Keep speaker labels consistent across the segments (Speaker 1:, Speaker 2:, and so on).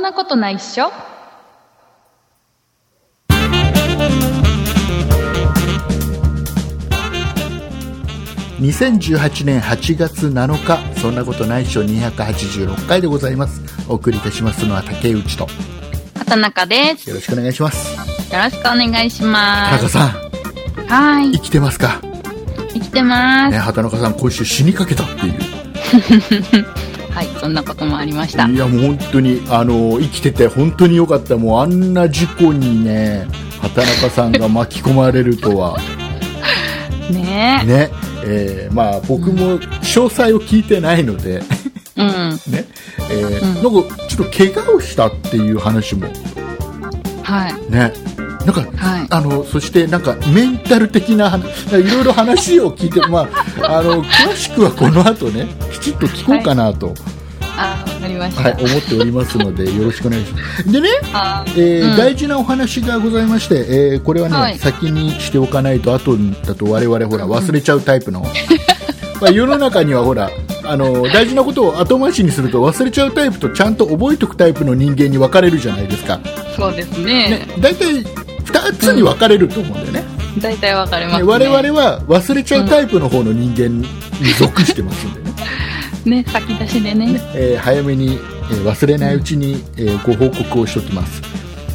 Speaker 1: なことないっしょ
Speaker 2: 2018年8月7日そんなことないっしょ286回でございますお送りいたしますのは竹内と
Speaker 1: 畑中です
Speaker 2: よろしくお願いします
Speaker 1: よろしくお願いしま
Speaker 2: 田
Speaker 1: す
Speaker 2: 中さん
Speaker 1: はー
Speaker 2: 生
Speaker 1: い
Speaker 2: きてます か、
Speaker 1: 生きてます、
Speaker 2: ね、畑中さん今週死にかけたっていう
Speaker 1: はいそんなこともありました
Speaker 2: いやもう本当にあの生きてて本当によかったもうあんな事故にね畑中さんが巻き込まれると は
Speaker 1: ね
Speaker 2: ねえーまあ僕も詳細を聞いてないので
Speaker 1: えうん
Speaker 2: ねえー
Speaker 1: う
Speaker 2: なんかちょっと怪我をしたっていう話も
Speaker 1: はい
Speaker 2: ねなんか、
Speaker 1: はい
Speaker 2: あのそしてなんかメンタル的な話いろいろ話を聞いて、ま あ、あの詳しくはこの後ねきちっと聞こうかなと、
Speaker 1: あわかりました、
Speaker 2: はい思っておりますのでよろしくお願いします。でね
Speaker 1: あ
Speaker 2: えー
Speaker 1: うん
Speaker 2: 大事なお話がございまして、えーこれはね、
Speaker 1: はい
Speaker 2: 先にしておかないと後だと我々ほら忘れちゃうタイ プの、まあ、世の中にはほらあの大事なことを後回しにすると忘れちゃうタイプとちゃんと覚えておくタイプの人間に分かれるじゃないですか、
Speaker 1: そうですね
Speaker 2: ね、大体2つに分かれると思うんだよね,、
Speaker 1: 大体わかります
Speaker 2: ね
Speaker 1: ね
Speaker 2: 我々は忘れちゃうタイプの方の人間に属してますんでね
Speaker 1: ね先出しでね
Speaker 2: えー早めに、えー忘れないうちに、えーご報告をしておきます、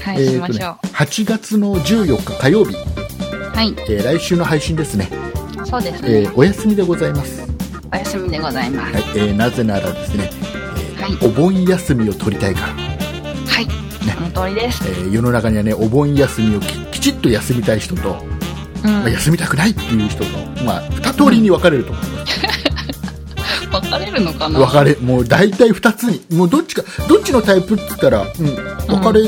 Speaker 1: はい、
Speaker 2: え
Speaker 1: し
Speaker 2: ー
Speaker 1: ま
Speaker 2: と
Speaker 1: し
Speaker 2: ね
Speaker 1: ょう、
Speaker 2: 8月の14日火曜日
Speaker 1: はい
Speaker 2: えー来週の配信ですね、
Speaker 1: そうですね、
Speaker 2: えーお休みでございます、はい
Speaker 1: お休みでございます
Speaker 2: えーなぜならですね、えー
Speaker 1: は
Speaker 2: お盆休みを取りたいから、
Speaker 1: はい、その通りです
Speaker 2: えー世の中にはねお盆休みをききちっと休みたい人と、
Speaker 1: うん
Speaker 2: まあ、休みたくないっていう人と、まあ、2通りに分かれると思います、
Speaker 1: 分かれるのかな
Speaker 2: 分かれもう大体2つにもうどっちかどっちのタイプって言ったら、うん、分かれ、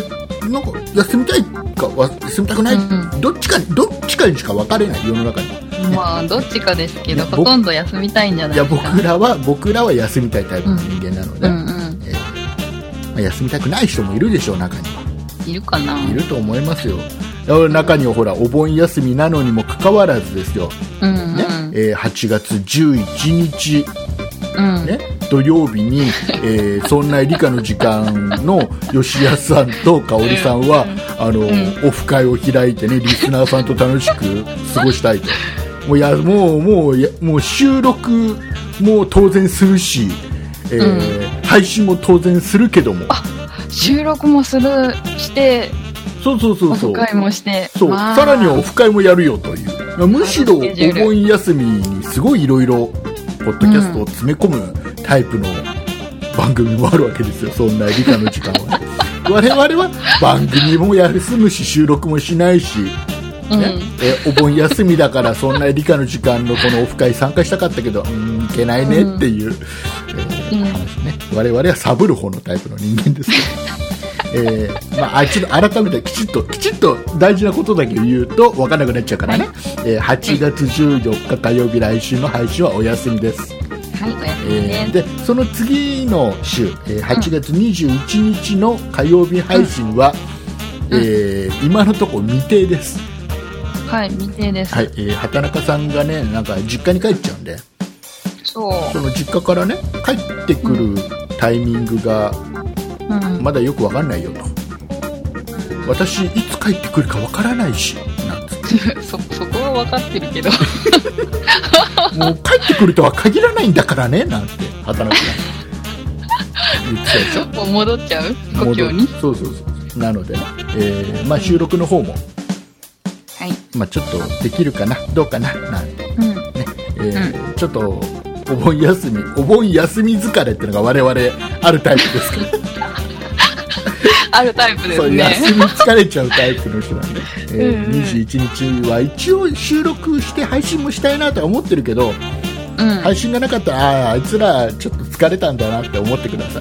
Speaker 2: なんか休みたいかわ休みたくない、
Speaker 1: うん
Speaker 2: どっちかにどっちかにしか分かれない世の中に
Speaker 1: まあどっちかですけど
Speaker 2: いや
Speaker 1: ほとんど休みたいんじゃないいで
Speaker 2: や
Speaker 1: すか
Speaker 2: 僕らは僕らは休みたいタイプの人間なので、
Speaker 1: うんうん
Speaker 2: えーまあ休みたくない人もいるでしょう中にはい
Speaker 1: るかない
Speaker 2: ると思いますよだから中にはほらお盆休みなのにもかかわらずですよ、
Speaker 1: うんうん、
Speaker 2: ねえー8月11日、
Speaker 1: うん
Speaker 2: ね、土曜日 に、えー、そんな理科の時間の吉安さんと香織さんはあの、オフ会を開いてねリスナーさんと楽しく過ごしたいともうやもうもうやもう収録も当然するし、えー配信も当然するけども
Speaker 1: 収録もするして
Speaker 2: そうそうそ
Speaker 1: オ
Speaker 2: うそ
Speaker 1: フ
Speaker 2: う
Speaker 1: 会もして
Speaker 2: そう、
Speaker 1: まあ
Speaker 2: さらにはオフ会もやるよというむしろお
Speaker 1: スケジュール
Speaker 2: 盆休みにすごいいろいろポッドキャストを詰め込むタイプの番組もあるわけですよそんな理科の時間は ね我々は番組も休むし収録もしないし、ね
Speaker 1: うん
Speaker 2: えお盆休みだからそんな理科の時間のこのオフ会参加したかったけどうんいけないねっていう、えー
Speaker 1: うん
Speaker 2: 話ね我々はサブる方のタイプの人間ですけどえーまあ、あちょっと改めてきちっときちっと大事なことだけ言うと分からなくなっちゃうからね、えー8月14日火曜日来週の配信はお休みです、
Speaker 1: はいお休
Speaker 2: え
Speaker 1: みで
Speaker 2: ー
Speaker 1: す、
Speaker 2: でその次の週、えー8月21日の火曜日配信は、
Speaker 1: うん
Speaker 2: えー今のところ未定です、
Speaker 1: はい未定です、
Speaker 2: はいえー畑中さんがねなんか実家に帰っちゃうんで
Speaker 1: そう、
Speaker 2: その実家からね帰ってくるタイミングが
Speaker 1: うん、
Speaker 2: まだよく分かんないよと私いつ帰ってくるか分からないしなんつっ て
Speaker 1: そそこは分かってる けど
Speaker 2: もう帰ってくるとは限らないんだからねなんて働く な言ってたでしょ
Speaker 1: もう戻っちゃう故郷
Speaker 2: 戻
Speaker 1: に
Speaker 2: っそうそうそうなのでね、えーまあ、収録の方も、
Speaker 1: はい、
Speaker 2: まあ、ちょっとできるかなどうかななんて、
Speaker 1: うん、
Speaker 2: えーちょっとお盆休みお盆休み疲れっていうのが我々あるタイプですから
Speaker 1: あるタイプで
Speaker 2: そ
Speaker 1: す
Speaker 2: う
Speaker 1: ね
Speaker 2: 休み疲れちゃうタイプの人 なんで、えー
Speaker 1: うんうん
Speaker 2: 21日は一応収録して配信もしたいなとは思ってるけど
Speaker 1: うん、
Speaker 2: 配信がなかったらあああいつらちょっと疲れたんだなって思ってくださ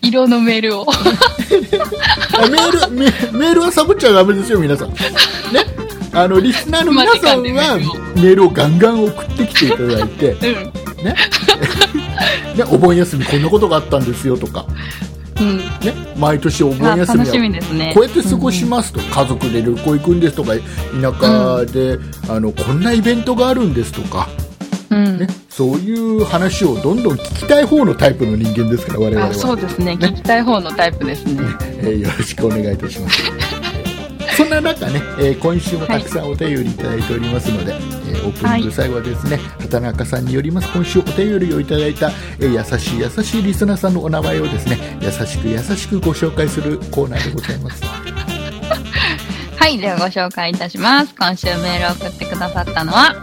Speaker 2: い
Speaker 1: 色のメールを
Speaker 2: あ メールメメールはサボっちゃダメですよ皆さんねあのリスナーの皆さんはメールをガンガン送ってきていただいて、
Speaker 1: うん
Speaker 2: ね ね、お盆休みこんなことがあったんですよとか、
Speaker 1: うん
Speaker 2: ね、毎年お
Speaker 1: まあ
Speaker 2: 盆休
Speaker 1: 楽
Speaker 2: みは
Speaker 1: しみですね
Speaker 2: こうやって過ごしますと、家族で旅行行くんですとか田舎で、あのこんなイベントがあるんですとか、
Speaker 1: うん、うん
Speaker 2: ね、そういう話をどんどん聞きたい方のタイプの人間ですから我々は
Speaker 1: あそうですね聞きたい方のタイプですね
Speaker 2: えーよろしくお願いいた しますそんな中ね、えー今週もたくさんお便りいただいておりますので、えーオープニング最後はですね、畑中さんによります今週お便りをいただいた、えー優しい優しいリスナーさんのお名前をですね優しく優しくご紹介するコーナーでございます
Speaker 1: はい、ではご紹介いたします。今週メールを送ってくださったのは、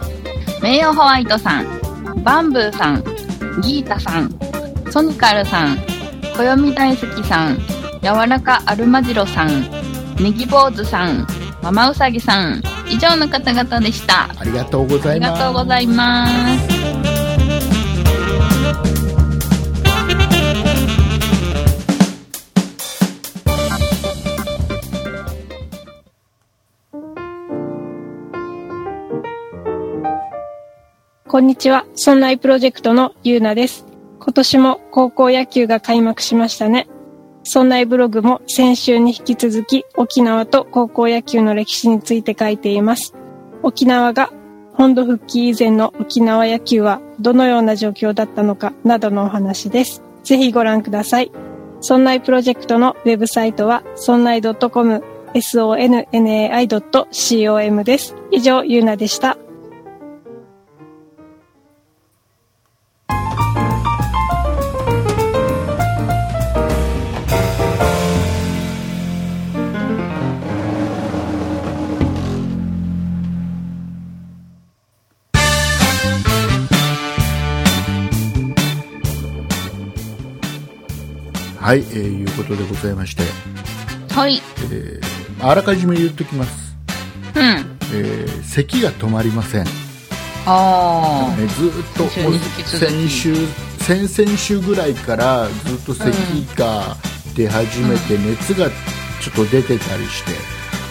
Speaker 1: 名誉ホワイトさん、バンブーさん、ギータさん、ソニカルさん、暦大好きさん、柔らかアルマジロさん、ネギ坊主さん、ママウサギさん、以上の方々でした。
Speaker 2: ありがとうご
Speaker 1: あ
Speaker 2: ざ
Speaker 1: り
Speaker 2: います
Speaker 1: がとうございます。
Speaker 3: こんにちは。ソンライプロジェクトのゆうなです。今年も高校野球が開幕しましたね。ソンライブログも先週に引き続き沖縄と高校野球の歴史について書いています。沖縄が本土復帰以前の沖縄野球はどのような状況だったのかなどのお話です。ぜひご覧ください。ソンライプロジェクトのウェブサイトは sonnai.com sonnai.com です。以上、ゆうなでした。
Speaker 2: はい、えーいうことでございまして、
Speaker 1: はい。
Speaker 2: えーあらかじめ言っときます、
Speaker 1: うん。
Speaker 2: えー咳が止まりません、ね、
Speaker 1: あ
Speaker 2: ずーっと
Speaker 1: 先週に引き続き
Speaker 2: 先週先々週ぐらいからずっと咳が出始めて、熱がちょっと出てたりして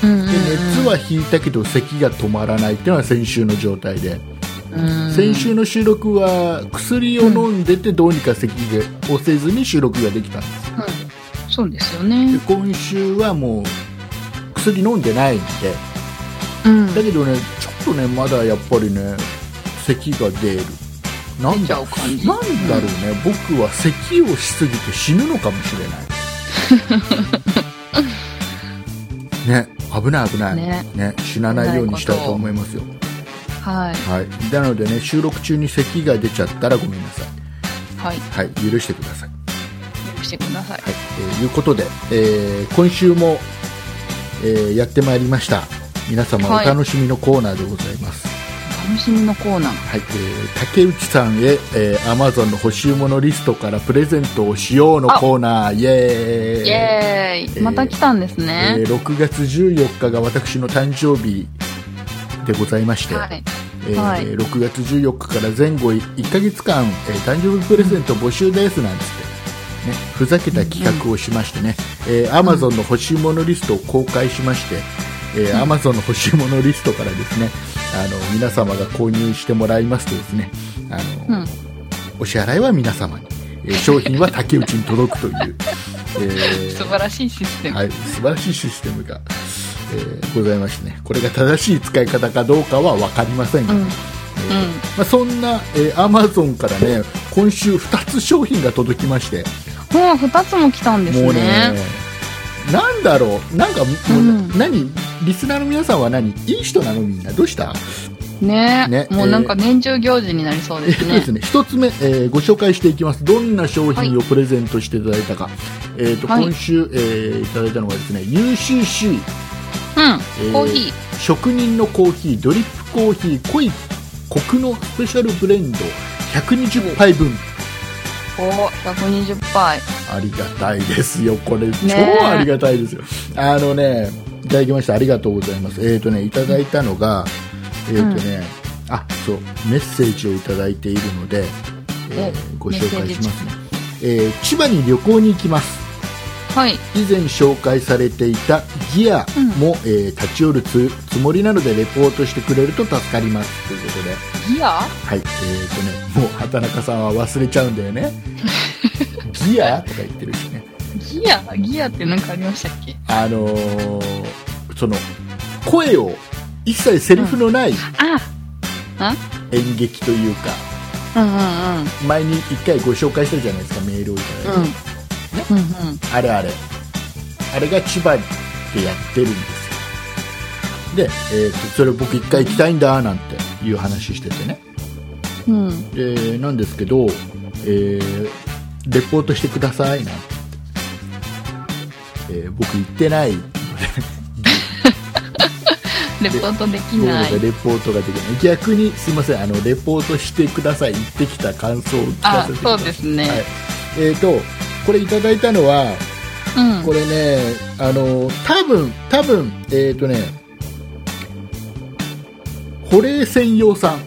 Speaker 1: ー。うんうんうん
Speaker 2: で熱は引いたけど咳が止まらないっていうのは先週の状態で、
Speaker 1: うん
Speaker 2: 先週の収録は薬を飲んでてどうにか咳をせずに収録ができたんです
Speaker 1: うんそうですよ
Speaker 2: で
Speaker 1: ね。
Speaker 2: 今週はもう薬飲んでないんで
Speaker 1: うん。
Speaker 2: だけどねちょっとねまだやっぱりね咳が出るなん
Speaker 1: 出ち
Speaker 2: だ
Speaker 1: ゃう感じ
Speaker 2: なんだろうね、僕は咳をしすぎて死ぬのかもしれない ね危ない危ないね
Speaker 1: ね
Speaker 2: 死なないようにしたいと思いますよ
Speaker 1: はい。
Speaker 2: はいなのでね収録中に咳が出ちゃったらごめんなさい
Speaker 1: はい。
Speaker 2: はい許してください
Speaker 1: 許してください。
Speaker 2: はい、えーいうことで、えー今週も、えーやってまいりました皆様お
Speaker 1: はい
Speaker 2: 楽しみのコーナーでございます、はい
Speaker 1: 楽しみのコーナー。
Speaker 2: えー竹内さんへ、えー、Amazon の欲しいものリストからプレゼントをしようのコーナーイエー
Speaker 1: イ
Speaker 2: イ
Speaker 1: エー
Speaker 2: えー
Speaker 1: イまた来たんですね
Speaker 2: えー、6月14日が私の誕生日でございまして、
Speaker 1: はい
Speaker 2: えー
Speaker 1: はい
Speaker 2: 6月14日から前後1ヶ月間、えー誕生日プレゼント募集ですなんつって、ね、ふざけた企画をしましてね、えー Amazon の欲しいものリストを公開しまして、えー Amazon の欲しいものリストからですねあの皆様が購入してもらいますとですねあの、
Speaker 1: うん
Speaker 2: お支払いは皆様に、えー商品は竹内に届くという、えー
Speaker 1: 素晴らしいシステム
Speaker 2: はい、素晴らしいシステムが、えーございましてねこれが正しい使い方かどうかは分かりませんが、
Speaker 1: うん
Speaker 2: まあ、そんな、えー Amazon からね今週2つ商品が届きまして
Speaker 1: もう2つも来たんです
Speaker 2: もう
Speaker 1: ね
Speaker 2: ねなんだろうなんかもう、
Speaker 1: うん
Speaker 2: 何リスナーの皆さんは何いい人なのみんなどうした
Speaker 1: ね
Speaker 2: ね
Speaker 1: もうなんか年中行事になりそうです
Speaker 2: そう
Speaker 1: ね
Speaker 2: ですね、一つ目、えーご紹介していきます。どんな商品をプレゼントしていただいたか。えっ、と、
Speaker 1: はい
Speaker 2: 今週、えーいただいたのがですね、UCC、
Speaker 1: うんコーヒ
Speaker 2: 職人のコーヒードリップコーヒー濃いコクのスペシャルブレンド120杯分
Speaker 1: ーお120杯
Speaker 2: ありがたいですよこれ超
Speaker 1: え
Speaker 2: ありがたいですよあのねいただきましたありがとうございますえっ、とねいただいたのがえっ、とね、あそうメッセージをいただいているので、えー
Speaker 1: お
Speaker 2: ご紹介し
Speaker 1: メッセ
Speaker 2: ますね、えー千葉に旅行に行きます
Speaker 1: はい
Speaker 2: 以前紹介されていたギアも、えー立ち寄るつつもりなのでレポートしてくれると助かりますということで、
Speaker 1: ギア
Speaker 2: はいえーとね、もう畑中さんは忘れちゃうんだよ ねギアとか言ってるしね、
Speaker 1: ギアギアって何かありましたっけ
Speaker 2: あのーその声を一切セリフのない
Speaker 1: あ
Speaker 2: 演劇というか、
Speaker 1: うんうんうん。
Speaker 2: 前に一回ご紹介したじゃないですかメールをいただい
Speaker 1: う
Speaker 2: て、
Speaker 1: ん。うんうん。
Speaker 2: あれあれあれが千葉でやってるんですよで、えーとそれ僕一回行きたいんだなんていう話しててね
Speaker 1: うん。
Speaker 2: でなんですけど、えーレポートしてくださいなんて言って、えー僕行ってない
Speaker 1: レポートでき
Speaker 2: 僕
Speaker 1: ない。
Speaker 2: がレポートができない逆にすいませんあのレポートしてください行ってきた感想を聞か
Speaker 1: あ
Speaker 2: せて、く
Speaker 1: そ
Speaker 2: だ
Speaker 1: う
Speaker 2: さい
Speaker 1: ですね。
Speaker 2: はいえー、とこれいただいたのは
Speaker 1: うん。
Speaker 2: これねあの多分多分えっ、とね保冷専用さん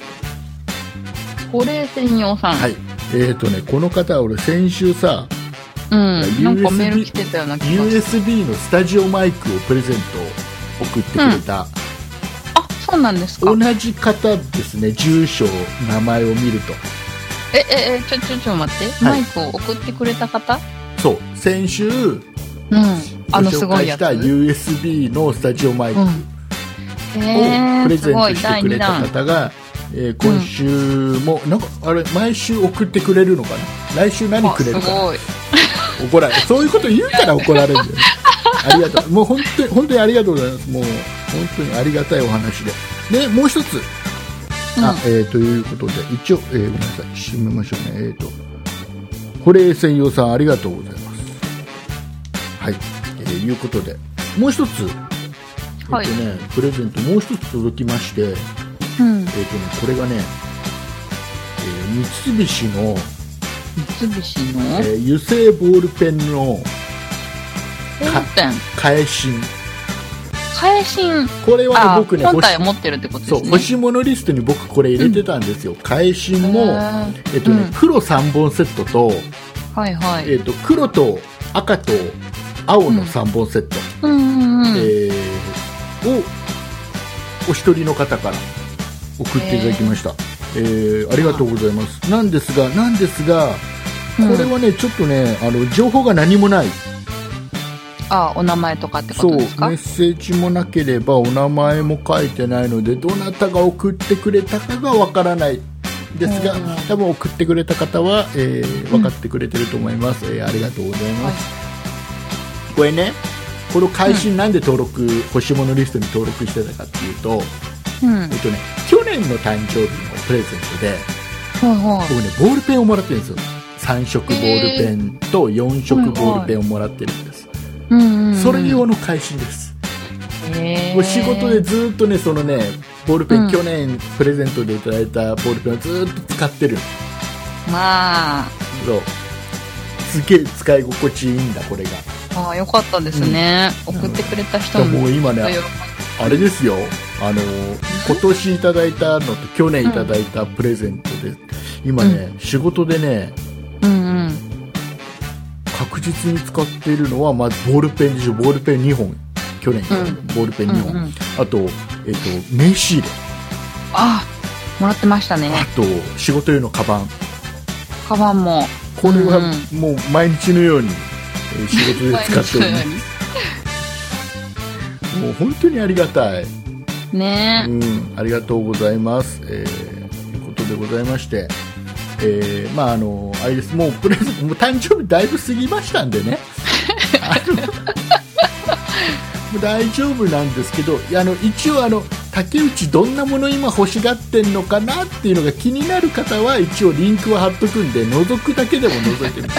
Speaker 1: 保冷専用さん。
Speaker 2: はいえっ、とねこの方俺先週さ
Speaker 1: うん。なんか
Speaker 2: USB
Speaker 1: メール来てたような気がする。
Speaker 2: USB のスタジオマイクをプレゼント送ってくれた、
Speaker 1: あ、そうなんですか。
Speaker 2: 同じ方ですね住所名前を見ると
Speaker 1: え、え、え、ちょ、ちょ、ちょ、待って。
Speaker 2: は
Speaker 1: マ
Speaker 2: い
Speaker 1: イクを送ってくれた方
Speaker 2: そう先週
Speaker 1: うん。
Speaker 2: ご
Speaker 1: あの、す
Speaker 2: 紹
Speaker 1: ごい
Speaker 2: 介
Speaker 1: やつ。
Speaker 2: した USB のスタジオマイク
Speaker 1: う
Speaker 2: を
Speaker 1: ん。へ
Speaker 2: プレ
Speaker 1: ー、
Speaker 2: ゼ
Speaker 1: す
Speaker 2: ン
Speaker 1: ご
Speaker 2: ト
Speaker 1: い、
Speaker 2: して
Speaker 1: 第
Speaker 2: く
Speaker 1: 2
Speaker 2: れた
Speaker 1: 弾。
Speaker 2: 方が、えー今週も、なんかあれ毎週送ってくれるのかな来週何
Speaker 1: あ、
Speaker 2: くれ
Speaker 1: す
Speaker 2: るかな
Speaker 1: ごい。
Speaker 2: 怒られそういうこと言うから怒られるんだよねありがとうもう本当に本当にありがとうございますもう本当にありがたいお話ででもう一つあ
Speaker 1: う
Speaker 2: えーということで一応、えーごめんなさい締めましょうねえー、と堀江専用さんありがとうございますはいえーいうことでもう一つ、
Speaker 1: はい
Speaker 2: えっとね、プレゼントもう一つ届きまして、えーとね、
Speaker 1: うん。
Speaker 2: これがね、えー三菱の、
Speaker 1: 三菱の
Speaker 2: えー油性ボールペンの
Speaker 1: ボールペン。
Speaker 2: 返し
Speaker 1: 返信。
Speaker 2: これは
Speaker 1: あ
Speaker 2: ね、
Speaker 1: ー、
Speaker 2: 僕ね
Speaker 1: 本
Speaker 2: 欲し
Speaker 1: 体を持ってるってことです
Speaker 2: そ
Speaker 1: ね。
Speaker 2: う欲しいものリストに僕これ入れてたんですよ、返し
Speaker 1: へー
Speaker 2: も、えっとね
Speaker 1: うん
Speaker 2: 黒3本セットと,、
Speaker 1: はいはい。
Speaker 2: えっと黒と赤と青の3本セット、
Speaker 1: うんうんうん。
Speaker 2: えーをお一人の方から送っていただきました、えーありがとうございますなんですがなんですがこ
Speaker 1: うん
Speaker 2: れはね、ちょっとねあの情報が何もない
Speaker 1: あ、お名前とかってこ
Speaker 2: そう
Speaker 1: と
Speaker 2: メ
Speaker 1: ですか
Speaker 2: ッセージもなければお名前も書いてないのでどなたが送ってくれたかがわからないですが
Speaker 1: うん
Speaker 2: 多分送ってくれた方は、えー分かってくれてると思います、えーありがとうございます、これねこの配信なんで登録、欲しいものリストに登録してたかっていうと、
Speaker 1: うん。はい
Speaker 2: えっとね、去年の誕生日のプレゼントで
Speaker 1: は
Speaker 2: 僕ねボールペンをもらってるんですよ3色ボールペンと4色ボールペンをもらってるんです、
Speaker 1: い。うんうんうん。
Speaker 2: それ用の返信です
Speaker 1: へー、
Speaker 2: もう仕事でずっとねそのねボールペン、
Speaker 1: うん
Speaker 2: 去年プレゼントでいただいたボールペンをずっと使ってる
Speaker 1: まあ、
Speaker 2: そうすげえ使い心地いいんだこれが
Speaker 1: ああ、よかったですね。送ってくれた人
Speaker 2: も
Speaker 1: も。
Speaker 2: う今ね
Speaker 1: きっと
Speaker 2: あれですよあの今年いただいたのと去年いただいたプレゼントで今ね、仕事でね
Speaker 1: 喜ぶうんうん。
Speaker 2: 確実に使っているのはまずボールペンでしょボールペン2本去年、
Speaker 1: うん
Speaker 2: ボールペン2本、
Speaker 1: うんうん
Speaker 2: あと,、えっと名刺入れ
Speaker 1: あ、もらってましたね。
Speaker 2: あと仕事用のカバン
Speaker 1: カバンも。
Speaker 2: これは
Speaker 1: う
Speaker 2: もう毎日のようにえー仕事で使っておりま
Speaker 1: 毎
Speaker 2: す
Speaker 1: 日のよ
Speaker 2: もう本当にありがたい、
Speaker 1: うにね
Speaker 2: うん、ありがとうございます、えー、ということでございまして、えーまああのあれですもうプレゼントもう誕生日だいぶ過ぎましたんでねあのもう大丈夫なんですけどいやあの一応あの竹内どんなもの今欲しがってんのかなっていうのが気になる方は一応リンクは貼っとくんで覗くだけでも覗いてみて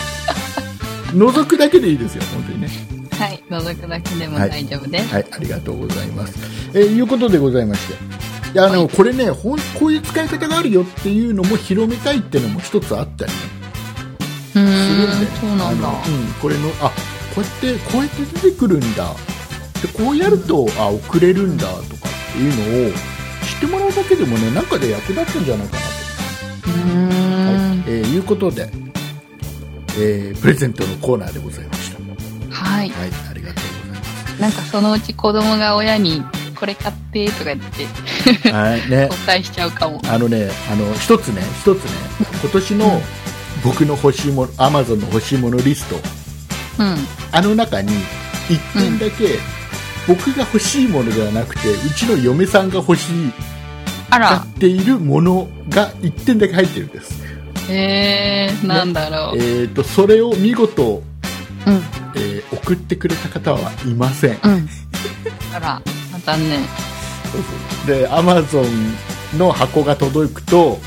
Speaker 2: 覗くだけでいいですよ本当にね
Speaker 1: はい。覗くだけでも大丈夫です。
Speaker 2: はい、ありがとうございます。えーいうことでございまして。いや、あの、これね、ほん、こういう使い方があるよっていうのも広めたいっていうのも一つあったりね
Speaker 1: うー
Speaker 2: するんで。
Speaker 1: ん、そうなんだ
Speaker 2: あ。のうん、これの、あ、こうやって、こうやって出てくるんだ。で、こうやると、あ、送れるんだとかっていうのを知ってもらうだけでもね、なんかで役立つんじゃないかなと。
Speaker 1: うーん。
Speaker 2: はい、えーいうことで、えープレゼントのコーナーでございました。
Speaker 1: はい。
Speaker 2: はい、ありがとうございます。
Speaker 1: なんかそのうち子供が親に、これ買ってとか言って、
Speaker 2: はい、ね
Speaker 1: お。返しちゃうかも。
Speaker 2: あのね、あの一つね、一つね、今年
Speaker 1: う
Speaker 2: の
Speaker 1: ん
Speaker 2: 僕の欲しいもの、アマゾンの欲しいものリスト、
Speaker 1: うん。
Speaker 2: あの中に一点だけ、僕が欲しいものではなくて、うちの嫁さんが欲しい、
Speaker 1: あ
Speaker 2: 買
Speaker 1: ら、
Speaker 2: っているものが一点だけ入ってるんです。
Speaker 1: えー、なんだろう。
Speaker 2: えー、とそれを見事、
Speaker 1: うん、
Speaker 2: えー送ってくれた方はいません
Speaker 1: うん。あら、残念。
Speaker 2: で Amazon の箱が届くと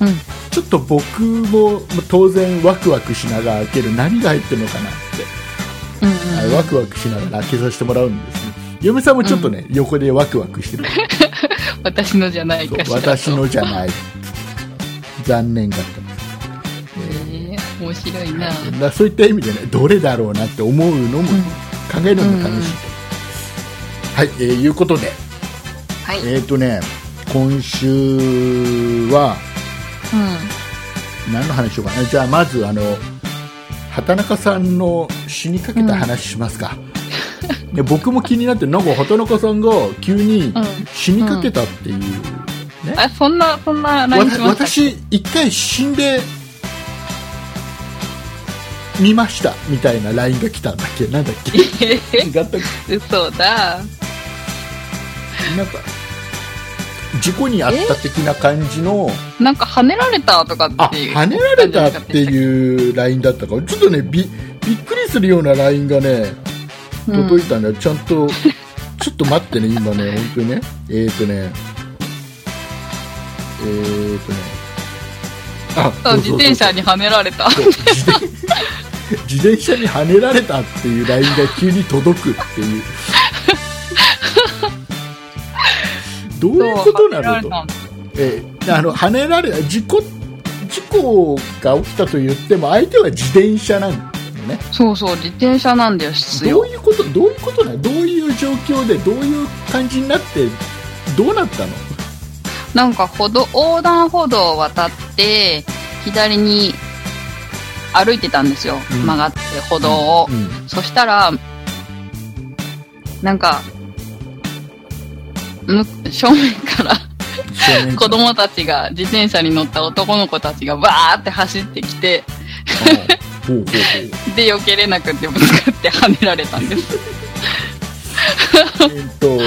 Speaker 1: うん。
Speaker 2: ちょっと僕も当然ワクワクしながら開ける何が入ってるのかなって、
Speaker 1: うん
Speaker 2: はい
Speaker 1: うん、
Speaker 2: ワクワクしながら開けさせてもらうんですね嫁さんもちょっとね、横でワクワクしてる
Speaker 1: 私のじゃないかしら。
Speaker 2: 私のじゃない残念だった
Speaker 1: えー、面白いな。
Speaker 2: だからそういった意味でねどれだろうなって思うのも、考えるのも楽しい、はい、えーいうことで
Speaker 1: はい。うん。
Speaker 2: えっ、ー、とね今週は何の話しようかなじゃあまずあの畑中さんの死にかけた話しますか、で僕も気になってなんか畑中さんが急に
Speaker 1: うん
Speaker 2: 死にかけたっていう、ね、
Speaker 1: あ、そんな、そんな
Speaker 2: わ
Speaker 1: LINE しました
Speaker 2: 私一回死んで見ましたみたいな LINE が来たんだっけなんだっけ違ったっ け
Speaker 1: 嘘だ。
Speaker 2: なんか事故に遭った的な感じの
Speaker 1: なんか跳ねられたとか
Speaker 2: あ
Speaker 1: っていう。
Speaker 2: 跳ねられたっていう LINE だったからちょっとねびびっくりするような LINE がね
Speaker 1: うん
Speaker 2: 届いたんだよ、ちゃん とちょっと待ってね今ね本当にねえっ、ー、とねえっ、ー、とねあ
Speaker 1: そう
Speaker 2: そう
Speaker 1: 自
Speaker 2: そうそう
Speaker 1: 転車にはねられた。
Speaker 2: 自転自転車にはねられたっていう LINE が急に届くって いうどういうことなの
Speaker 1: そうはねられ
Speaker 2: と
Speaker 1: たんだ
Speaker 2: えーあの跳ねられ事故事故が起きたと言っても相手は自転車なんだよね
Speaker 1: そうそう、自転車なんだよ、必
Speaker 2: ど
Speaker 1: 要
Speaker 2: う。いうことどういうことなのどういう状況でどういう感じになってどうなったの
Speaker 1: なんか歩道、横断歩道を渡って、左に歩いてたんですよ。
Speaker 2: うん
Speaker 1: 曲がって歩道を。
Speaker 2: うん
Speaker 1: そしたら、なんか、む正面から
Speaker 2: 正面
Speaker 1: 子
Speaker 2: から
Speaker 1: 供たちが、自転車に乗った男の子たちがバーって走ってきて、
Speaker 2: あーほうほうほう
Speaker 1: で、避けれなくてぶつかって跳ねられたんです。
Speaker 2: えっと、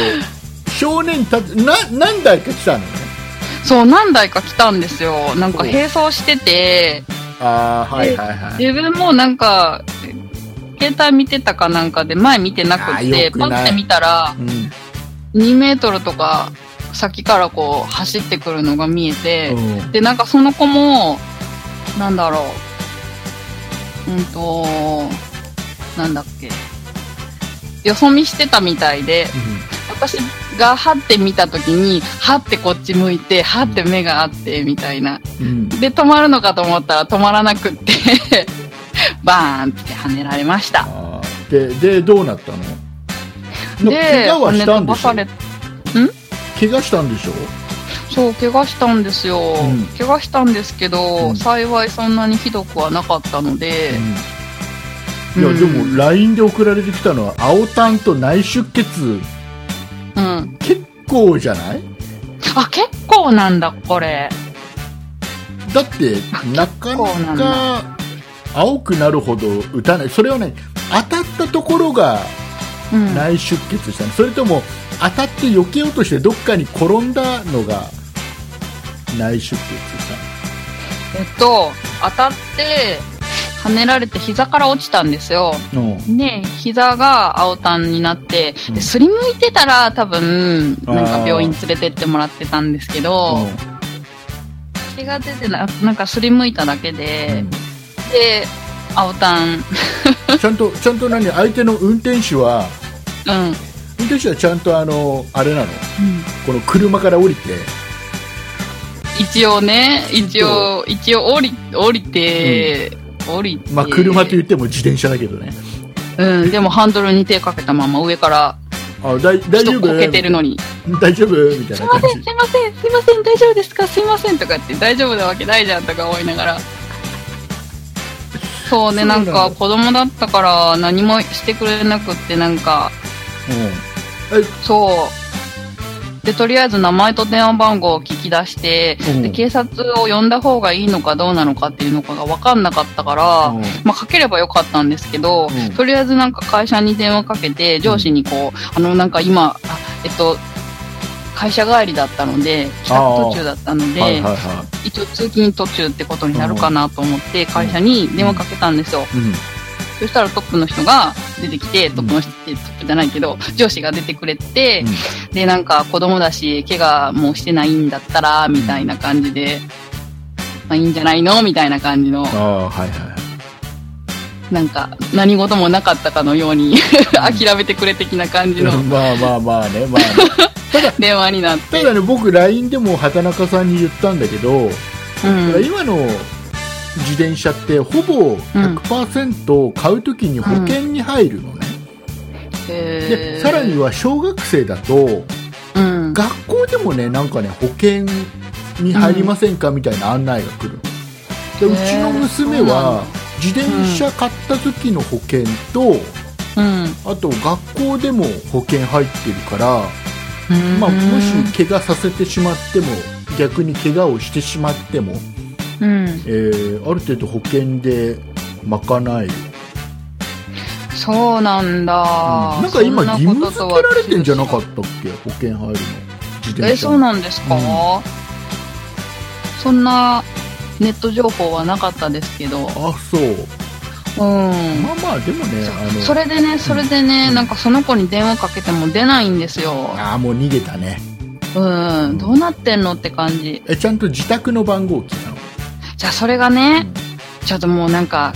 Speaker 2: 少年たち、な、何台か来たのね。
Speaker 1: そう、何台か来たんですよ。なんか並走してて、
Speaker 2: ああ、はいはいはい。
Speaker 1: 自分もなんか、携帯見てたかなんかで前見てなく
Speaker 2: あー
Speaker 1: て、
Speaker 2: よく
Speaker 1: パ
Speaker 2: ない
Speaker 1: ッて見たら、
Speaker 2: うん。
Speaker 1: 2メートルとか先からこう走ってくるのが見えて、
Speaker 2: うん
Speaker 1: で、なんかその子も、なんだろう、うんと、なんだっけ、よそ見してたみたいで、私がはって見た時に、はってこっち向いて、はって目があって、みたいな。
Speaker 2: うん。
Speaker 1: で、止まるのかと思ったら止まらなくって、 バーンって跳ねられました。
Speaker 2: あーで、で、どうなったのな怪我はしたんでしょ
Speaker 1: 跳ね飛ばさ
Speaker 2: 怪我したんでしょ
Speaker 1: れそう、怪我したんですよ。
Speaker 2: ん
Speaker 1: 怪我したんですけど、
Speaker 2: うん
Speaker 1: 幸いそんなにひどくはなかったので、
Speaker 2: うん。いや、
Speaker 1: うん
Speaker 2: でも、LINE で送られてきたのは、青タンと内出血、
Speaker 1: うん。
Speaker 2: 結構じゃない
Speaker 1: あ、結構なんだ、これ。
Speaker 2: だって、なか
Speaker 1: 構な
Speaker 2: なんか、青くなるほど打たない。それはね、当たったところが、
Speaker 1: うん。
Speaker 2: 内出血したのそれとも当たって避けようとしてどっかに転んだのが内出血した
Speaker 1: えっと、当たって、跳ねられて膝から落ちたんですよ。
Speaker 2: の、
Speaker 1: で、膝が青タンになって、
Speaker 2: うん
Speaker 1: で、すりむいてたら多分、なん
Speaker 2: あ
Speaker 1: か
Speaker 2: ー
Speaker 1: 病院連れてってもらってたんですけど、
Speaker 2: うん
Speaker 1: 血が出てななんかすりむいただけで、
Speaker 2: う
Speaker 1: で青タ ン
Speaker 2: んちゃんとちゃんと何相手の運転手は
Speaker 1: うん、
Speaker 2: 運転手はちゃんとあのあれなのこの車から降りて、
Speaker 1: 一応ね一応一応降り降りて、降りて
Speaker 2: まあ、車と言っても自転車だけどね
Speaker 1: うんでもハンドルに手かけたまま上から
Speaker 2: あだい大
Speaker 1: 人
Speaker 2: 丈夫
Speaker 1: こけてるのに「
Speaker 2: 大丈夫みたい
Speaker 1: す
Speaker 2: ない
Speaker 1: ま
Speaker 2: 感
Speaker 1: せんすいませんすいません大丈夫ですかすいません」とか言って「大丈夫なわけないじゃん」とか思いながら。そうね
Speaker 2: そ
Speaker 1: な
Speaker 2: うなん
Speaker 1: ん
Speaker 2: だ
Speaker 1: か子供だったから何もしてくれなくってなんか
Speaker 2: じ、
Speaker 1: そう。で、とりあえず名前と電話番号を聞き出して、
Speaker 2: うん
Speaker 1: で、警察を呼んだ方がいいのかどうなのかっていうのかが分かんなかったから、
Speaker 2: うんうん
Speaker 1: まあ、かければよかったんですけど、
Speaker 2: うん
Speaker 1: とりあえずなんか会社に電話かけて、上司にこう、あの、なんか今、あえっと、会社帰りだったので、帰宅途中だったので、
Speaker 2: はいはいはい。
Speaker 1: 一応通勤途中ってことになるかなと思って、会社に電話かけたんですよ。
Speaker 2: うん。
Speaker 1: そしたらトップの人が出てきて、トップの人ってトップじゃないけど、上司が出てくれて、で、なんか子供だし、怪我もしてないんだったら、みたいな感じで、まあいいんじゃないのみたいな感じの、
Speaker 2: ああ、はいはい。
Speaker 1: なんか何事もなかったかのように 諦めてくれ的な感じの
Speaker 2: まあまあまあね、まあね、。
Speaker 1: 電話になって
Speaker 2: だね、僕 LINE でも畑中さんに言ったんだけど、
Speaker 1: う
Speaker 2: だ
Speaker 1: ん
Speaker 2: から今の自転車ってほぼ100%買うときに保険に入るのね。で、さらに、は小学生だと、
Speaker 1: へーうん、
Speaker 2: 学校でもねなんかね保険に入りませんかみたいな案内が来るの、
Speaker 1: へ
Speaker 2: でう
Speaker 1: ー
Speaker 2: ちの娘は自転車買った時の保険と、
Speaker 1: うん。
Speaker 2: あと学校でも保険入ってるから、
Speaker 1: うん
Speaker 2: まあ、もし怪我させてしまっても逆に怪我をしてしまっても、
Speaker 1: うん、
Speaker 2: えーある程度保険で賄える、
Speaker 1: そうなんだ、
Speaker 2: うんなん
Speaker 1: そ
Speaker 2: か今義
Speaker 1: なこ
Speaker 2: 務
Speaker 1: と
Speaker 2: 付
Speaker 1: とは
Speaker 2: けられてんじゃなかったっけ保険入るの自転車
Speaker 1: えそうなんですか、
Speaker 2: うん
Speaker 1: そんなネット情報はなかったですけど
Speaker 2: あそう
Speaker 1: うん
Speaker 2: まあまあでもねあの
Speaker 1: それでねそれでね、
Speaker 2: うん
Speaker 1: なんかその子に電話かけても出ないんですよ
Speaker 2: ああもう逃げたね
Speaker 1: うんどうなってんのって感じ
Speaker 2: えちゃんと自宅の番号聞いたの
Speaker 1: じゃあそれがね、ちょっともうなんか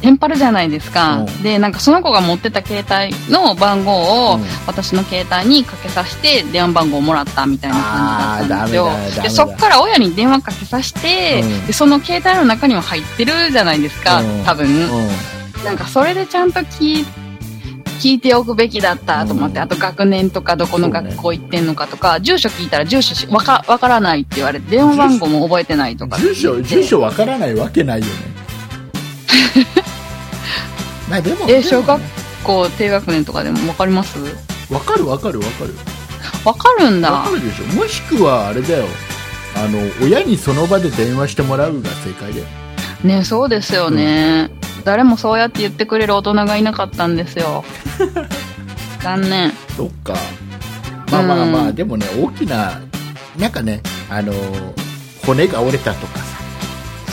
Speaker 1: テンパるじゃないですか、
Speaker 2: うん
Speaker 1: でなんかその子が持ってた携帯の番号を、
Speaker 2: うん
Speaker 1: 私の携帯にかけさせて電話番号をもらったみたいな感じだったんです
Speaker 2: あーダメだダメだ
Speaker 1: よでそっから親に電話かけさせて、
Speaker 2: うん
Speaker 1: でその携帯の中にも入ってるじゃないですか、
Speaker 2: うん
Speaker 1: 多分、
Speaker 2: う
Speaker 1: なんかそれでちゃんと聞い聞いておくべきだったと思って、
Speaker 2: うん
Speaker 1: あと学年とかどこの学校行ってんのかとか、住所聞いたら住所しわかわからないって言われて電話番号も覚えてないと
Speaker 2: ん
Speaker 1: か
Speaker 2: 住所
Speaker 1: 言って
Speaker 2: 住所わからないわけない よねまあでも
Speaker 1: え小学校低学年とかでもわかります
Speaker 2: わかるわかるわかる
Speaker 1: わかるんだ
Speaker 2: わかるでしょもしくはあれだよあの親にその場で電話してもらうが正解だよ
Speaker 1: ねそうですよね、誰もそうやって言ってくれる大人がいなかったんです よ残念
Speaker 2: そっかまあまあまあ、
Speaker 1: うん
Speaker 2: でもね大きななんかねあの骨が折れたとかさ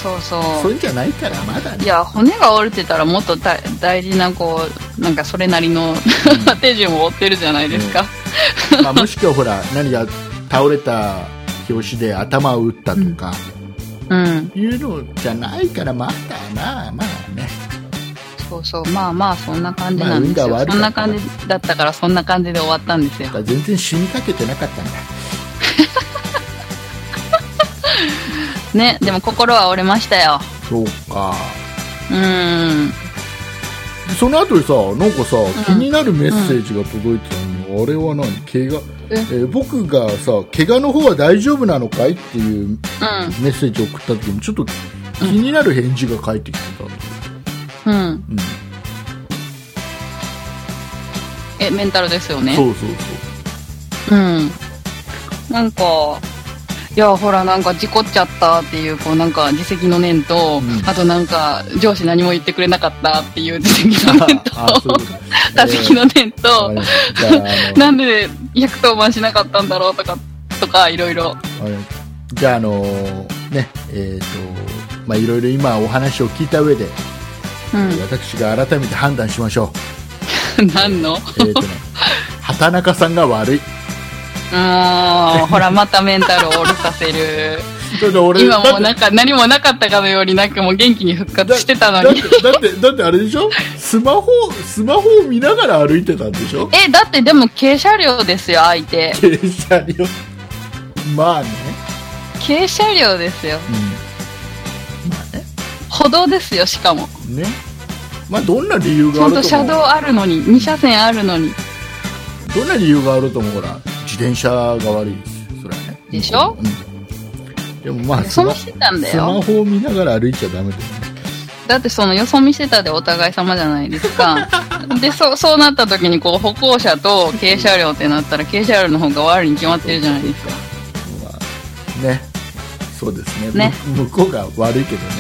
Speaker 1: そうそう
Speaker 2: そういうんじゃないからまだ
Speaker 1: い
Speaker 2: ね
Speaker 1: や骨が折れてたらもっと大大事なこうなんかそれなりの 手順を追ってるじゃないですか、
Speaker 2: まあ、もしくはほら何が倒れた拍子で頭を打ったとか、
Speaker 1: うん、
Speaker 2: いうのじゃないからまだなまあね
Speaker 1: そうそう、まあまあ、そんな感じなんですよ。
Speaker 2: まあ運が悪かった
Speaker 1: そんな感じだったから、そんな感じで終わったんですよ
Speaker 2: だか。ら全然死にかけてなかったんだ
Speaker 1: ね、でも心は折れましたよ。
Speaker 2: そうか
Speaker 1: うーん。
Speaker 2: でその後にさなんかさ、
Speaker 1: ん
Speaker 2: 気になるメッセージが届いてたのあれは何怪我
Speaker 1: え
Speaker 2: えー僕がさ怪我の方は大丈夫なのかいっていうメッセージを送った時にちょっと気になる返事が返ってきてた、
Speaker 1: うん。うん。
Speaker 2: うん
Speaker 1: え、メンタルですよね。
Speaker 2: そうそうそう
Speaker 1: うん。なんか、いや、ほら、なんか事故っちゃったっていう、こう、なんか自責の念と、
Speaker 2: うん
Speaker 1: あとなんか、上司何も言ってくれなかったっていう自責 の念
Speaker 2: あ
Speaker 1: と、
Speaker 2: そういうこ と
Speaker 1: 打席の念と、
Speaker 2: えーわかりましたじゃああの
Speaker 1: なんで110番しなかったんだろうとか、とか、いろいろ。
Speaker 2: あれじゃあ、あのね、えっ、と、まあ、いろいろ今お話を聞いた上で、
Speaker 1: うん。
Speaker 2: 私が改めて判断しましょ
Speaker 1: 何の
Speaker 2: う。えっ、とね、畑中さんが悪い。
Speaker 1: もう、ほら、またメンタルをオールさせ る。
Speaker 2: だって俺
Speaker 1: 今もう
Speaker 2: だっ
Speaker 1: なんか何もなかったかのようになんかもう元気に復活してたのに。
Speaker 2: てだって、だって、だってあれでしょスマホ、スマホを見ながら歩いてたんでしょ
Speaker 1: え、だってでも軽車両ですよ、相手。
Speaker 2: 軽車両。まあね。
Speaker 1: 軽車両ですよ。
Speaker 2: うん。まあね。
Speaker 1: 歩道ですよ、しかも。
Speaker 2: ね。まあ、どんな理由
Speaker 1: ち
Speaker 2: が
Speaker 1: ゃん
Speaker 2: ある
Speaker 1: と
Speaker 2: と
Speaker 1: 車
Speaker 2: も、
Speaker 1: 道あるのに、2車線あるのに。
Speaker 2: どんな理由があるとも、ほら、自転車が悪いですよ。それはね。
Speaker 1: でしょ
Speaker 2: うん。でもまあ、
Speaker 1: よそ見してたんだ
Speaker 2: スマ
Speaker 1: よ。
Speaker 2: ホを見ながら歩いちゃダメだよね
Speaker 1: だってそのよそ見してたでお互い様じゃないですか。で、そう、そうなった時にこう歩行者と軽車両ってなったら軽車両の方が悪いに決まってるじゃないですか。
Speaker 2: まあねそうですね
Speaker 1: ね
Speaker 2: む向こうが悪いけどね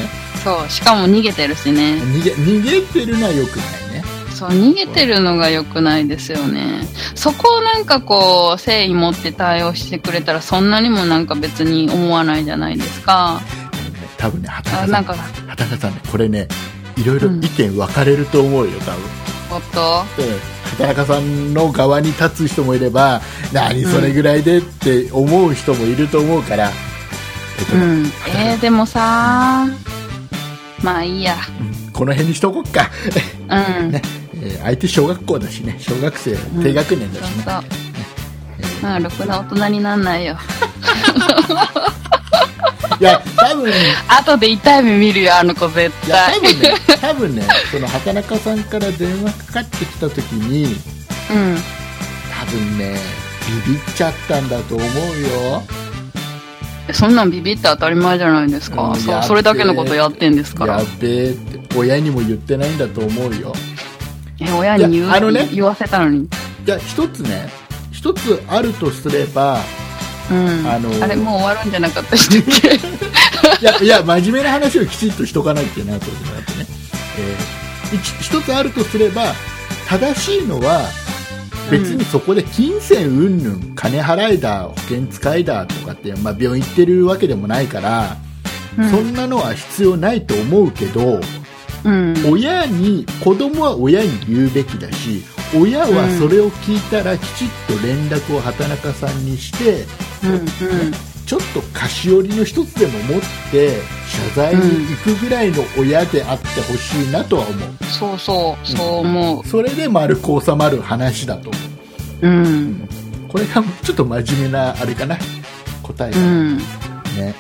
Speaker 1: そう、しかも逃げてるしね。
Speaker 2: 逃げ逃げてるのはよくないね
Speaker 1: そう、逃げてるのが良くないですよね。そこをなんかこう、誠意持って対応してくれたら、そんなにもなんか別に思わないじゃないですか。
Speaker 2: 多分ね、畑
Speaker 1: あ
Speaker 2: 中
Speaker 1: な
Speaker 2: さ
Speaker 1: んか、
Speaker 2: ん、畑中さんね、これね、いろいろ意見分かれると思うよ、多分。
Speaker 1: おっと、
Speaker 2: うん畑中さんの側に立つ人もいれば、何それぐらいでって思う人もいると思うから、えっと
Speaker 1: う
Speaker 2: ね
Speaker 1: ん。えー、でもさまあいいや。
Speaker 2: うんこの辺にしとこっか。
Speaker 1: うん。
Speaker 2: ねえー相手小学校だしね小学生
Speaker 1: うん
Speaker 2: 低学年だ
Speaker 1: そう
Speaker 2: しね、
Speaker 1: そう。まあ、ろくな大人になんないよ。
Speaker 2: いや多分い
Speaker 1: 後で痛い目見るよ、あの子絶
Speaker 2: や
Speaker 1: 対
Speaker 2: 多。分ね多分ねその畑中さんから電話かかってきた時に
Speaker 1: うん。
Speaker 2: 多分ねビビっちゃったんだと思うよ
Speaker 1: そんなんビビって当たり前じゃないですか。
Speaker 2: うん
Speaker 1: そ
Speaker 2: や
Speaker 1: う、
Speaker 2: って
Speaker 1: それだけのことやってんですから
Speaker 2: や。べえって親にも言ってないんだと思うよ
Speaker 1: え、親に言、
Speaker 2: いうやあのね
Speaker 1: 言わせたのに。
Speaker 2: じゃあ一つね一つあるとすれば
Speaker 1: うん。あ
Speaker 2: あのー
Speaker 1: れ、もう終わるんじゃなかったでしたっけ
Speaker 2: いやいや真面目な話をきちんとしとかなきゃなと思ってね、えー一一つあるとすれば正しいのは別にそこで金銭云々金払いだ保険使いだとかって、まあ、病院行ってるわけでもないから、
Speaker 1: うん
Speaker 2: そんなのは必要ないと思うけど
Speaker 1: うん。
Speaker 2: 親に子供は親に言うべきだし親はそれを聞いたらきちっと連絡を畑中さんにして、
Speaker 1: うん。うん。
Speaker 2: ちょっと菓子折りの一つでも持って謝罪に行くぐらいの親であってほしいなとは思う、
Speaker 1: そうそう、そう思う。
Speaker 2: それで丸く収まる話だと思
Speaker 1: うん。
Speaker 2: うこれがちょっと真面目なあれかな答え
Speaker 1: う
Speaker 2: だね、
Speaker 1: ん。
Speaker 2: ね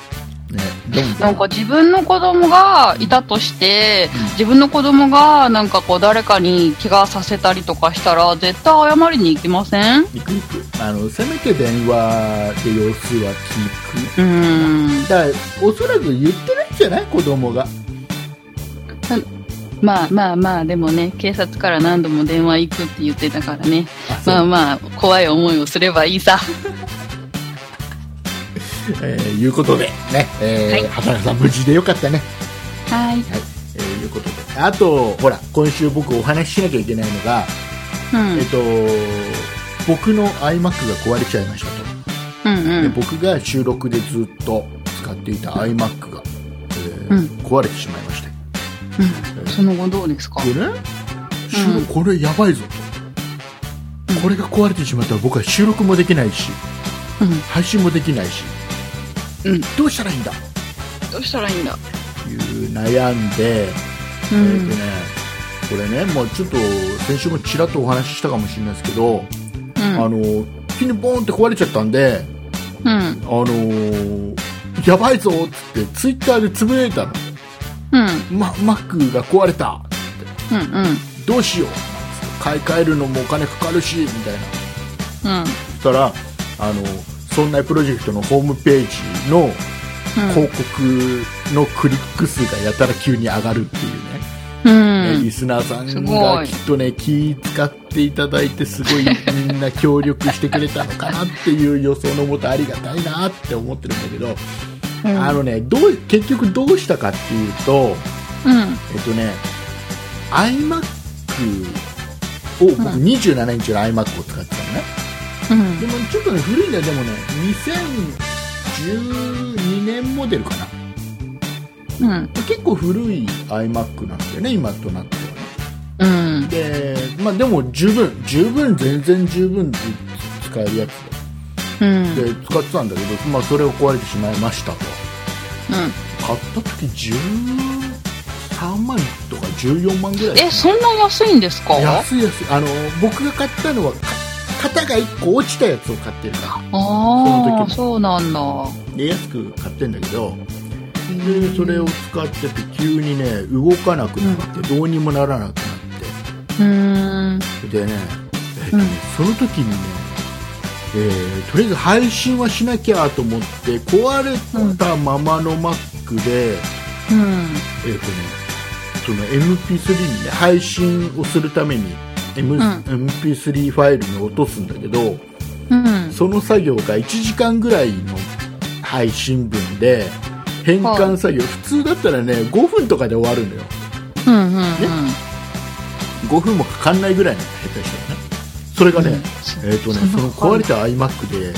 Speaker 2: どん
Speaker 1: なんか自分の子供がいたとして
Speaker 2: うん、
Speaker 1: 自分の子供がなんかこう誰かに怪我させたりとかしたら、絶対謝りに行きません
Speaker 2: 行く行くあのせめて電話で様子は聞
Speaker 1: う
Speaker 2: く
Speaker 1: ん。
Speaker 2: だからおそらく言ってないんじゃない子供が
Speaker 1: まあまあまあ、でもね、警察から何度も電話行くって言ってたからね。
Speaker 2: あそう
Speaker 1: まあまあ、怖い思いをすればいいさ。
Speaker 2: えーいうことでね、えー
Speaker 1: はい
Speaker 2: 畑中さん無事でよかったね
Speaker 1: はい。
Speaker 2: えーいうことであとほら今週僕お話ししなきゃいけないのが、
Speaker 1: うん
Speaker 2: えっ。と僕の iMac が壊れちゃいました
Speaker 1: う
Speaker 2: と、
Speaker 1: んう
Speaker 2: で
Speaker 1: ん。
Speaker 2: 僕が収録でずっと使っていた iMac が、えー
Speaker 1: うん
Speaker 2: 壊れてしまいまして
Speaker 1: うんその後どうですか
Speaker 2: でね、収録これやばいぞと、これが壊れてしまったら僕は収録もできないし
Speaker 1: うん。
Speaker 2: 配信もできないし、
Speaker 1: うん
Speaker 2: どうしたらいいんだ
Speaker 1: どうしたらいいんだ
Speaker 2: という悩んで、
Speaker 1: う
Speaker 2: えっ、と
Speaker 1: ん
Speaker 2: ね。これね、まあ、ちょっと先週もちらっとお話ししたかもしれないですけど、あの急にボーンって壊れちゃったんで、
Speaker 1: うん。
Speaker 2: あのーやばいぞっつってツイッターでつぶやいたの、
Speaker 1: うん。
Speaker 2: ま、マックが壊れた
Speaker 1: うん。うん。
Speaker 2: どうしよう買い替えるのもお金かかるしみたいな
Speaker 1: うん。
Speaker 2: そしたらあのそんなプロジェクトのホームページの広告のクリック数がやたら急に上がるっていうね、
Speaker 1: うん。う
Speaker 2: ね
Speaker 1: ん
Speaker 2: リ。スナーさ
Speaker 1: す
Speaker 2: ん
Speaker 1: ご
Speaker 2: が
Speaker 1: い
Speaker 2: きっとね気使っていただいてすごいみんな協力してくれたのかなっていう予想のもとありがたいなって思ってるんだけど、
Speaker 1: うん
Speaker 2: あのねどう結局どうしたかっていうと
Speaker 1: うん。
Speaker 2: えっとね iMac を僕
Speaker 1: う
Speaker 2: 27インチの iMac を使ってたのね、
Speaker 1: うん
Speaker 2: で。もちょっとね古いんだよでもね2012年モデルかな
Speaker 1: うん。
Speaker 2: 結構古い iMac なんだよね今となってはね
Speaker 1: うん。
Speaker 2: で、まあ、でも十分十分全然十分使えるやつ
Speaker 1: うん。
Speaker 2: でで使ってたんだけど、まあ、それを壊れてしまいましたと買った時13万とか14万ぐらい
Speaker 1: え、そんな安いんですかあ
Speaker 2: 安い安いあの僕が買ったのはか型が1個落ちたやつを買ってるか
Speaker 1: あ
Speaker 2: その時も
Speaker 1: ー、そうなんだ。
Speaker 2: らで安く買ってんだけどでそれを使ってて急にね動かなくなって、どうにもならなくなっ
Speaker 1: う
Speaker 2: て
Speaker 1: ん。
Speaker 2: でね、えっと
Speaker 1: うん
Speaker 2: ねその時にね、えーとりあえず配信はしなきゃと思って壊れたままの Mac
Speaker 1: う
Speaker 2: で、
Speaker 1: ん。
Speaker 2: えっとね、その MP3 に、ね、配信をするために、M
Speaker 1: ん
Speaker 2: MP3 ファイルに落とすんだけど
Speaker 1: うん。
Speaker 2: その作業が1時間ぐらいの配信分で変換作業、普通だったらね5分とかで終わるのよ
Speaker 1: うん。うん。
Speaker 2: 5分もかかんないぐらいなんだ下手したらねそれがね、
Speaker 1: うん
Speaker 2: えっ、と
Speaker 1: そん
Speaker 2: ね
Speaker 1: な
Speaker 2: その壊れた iMac で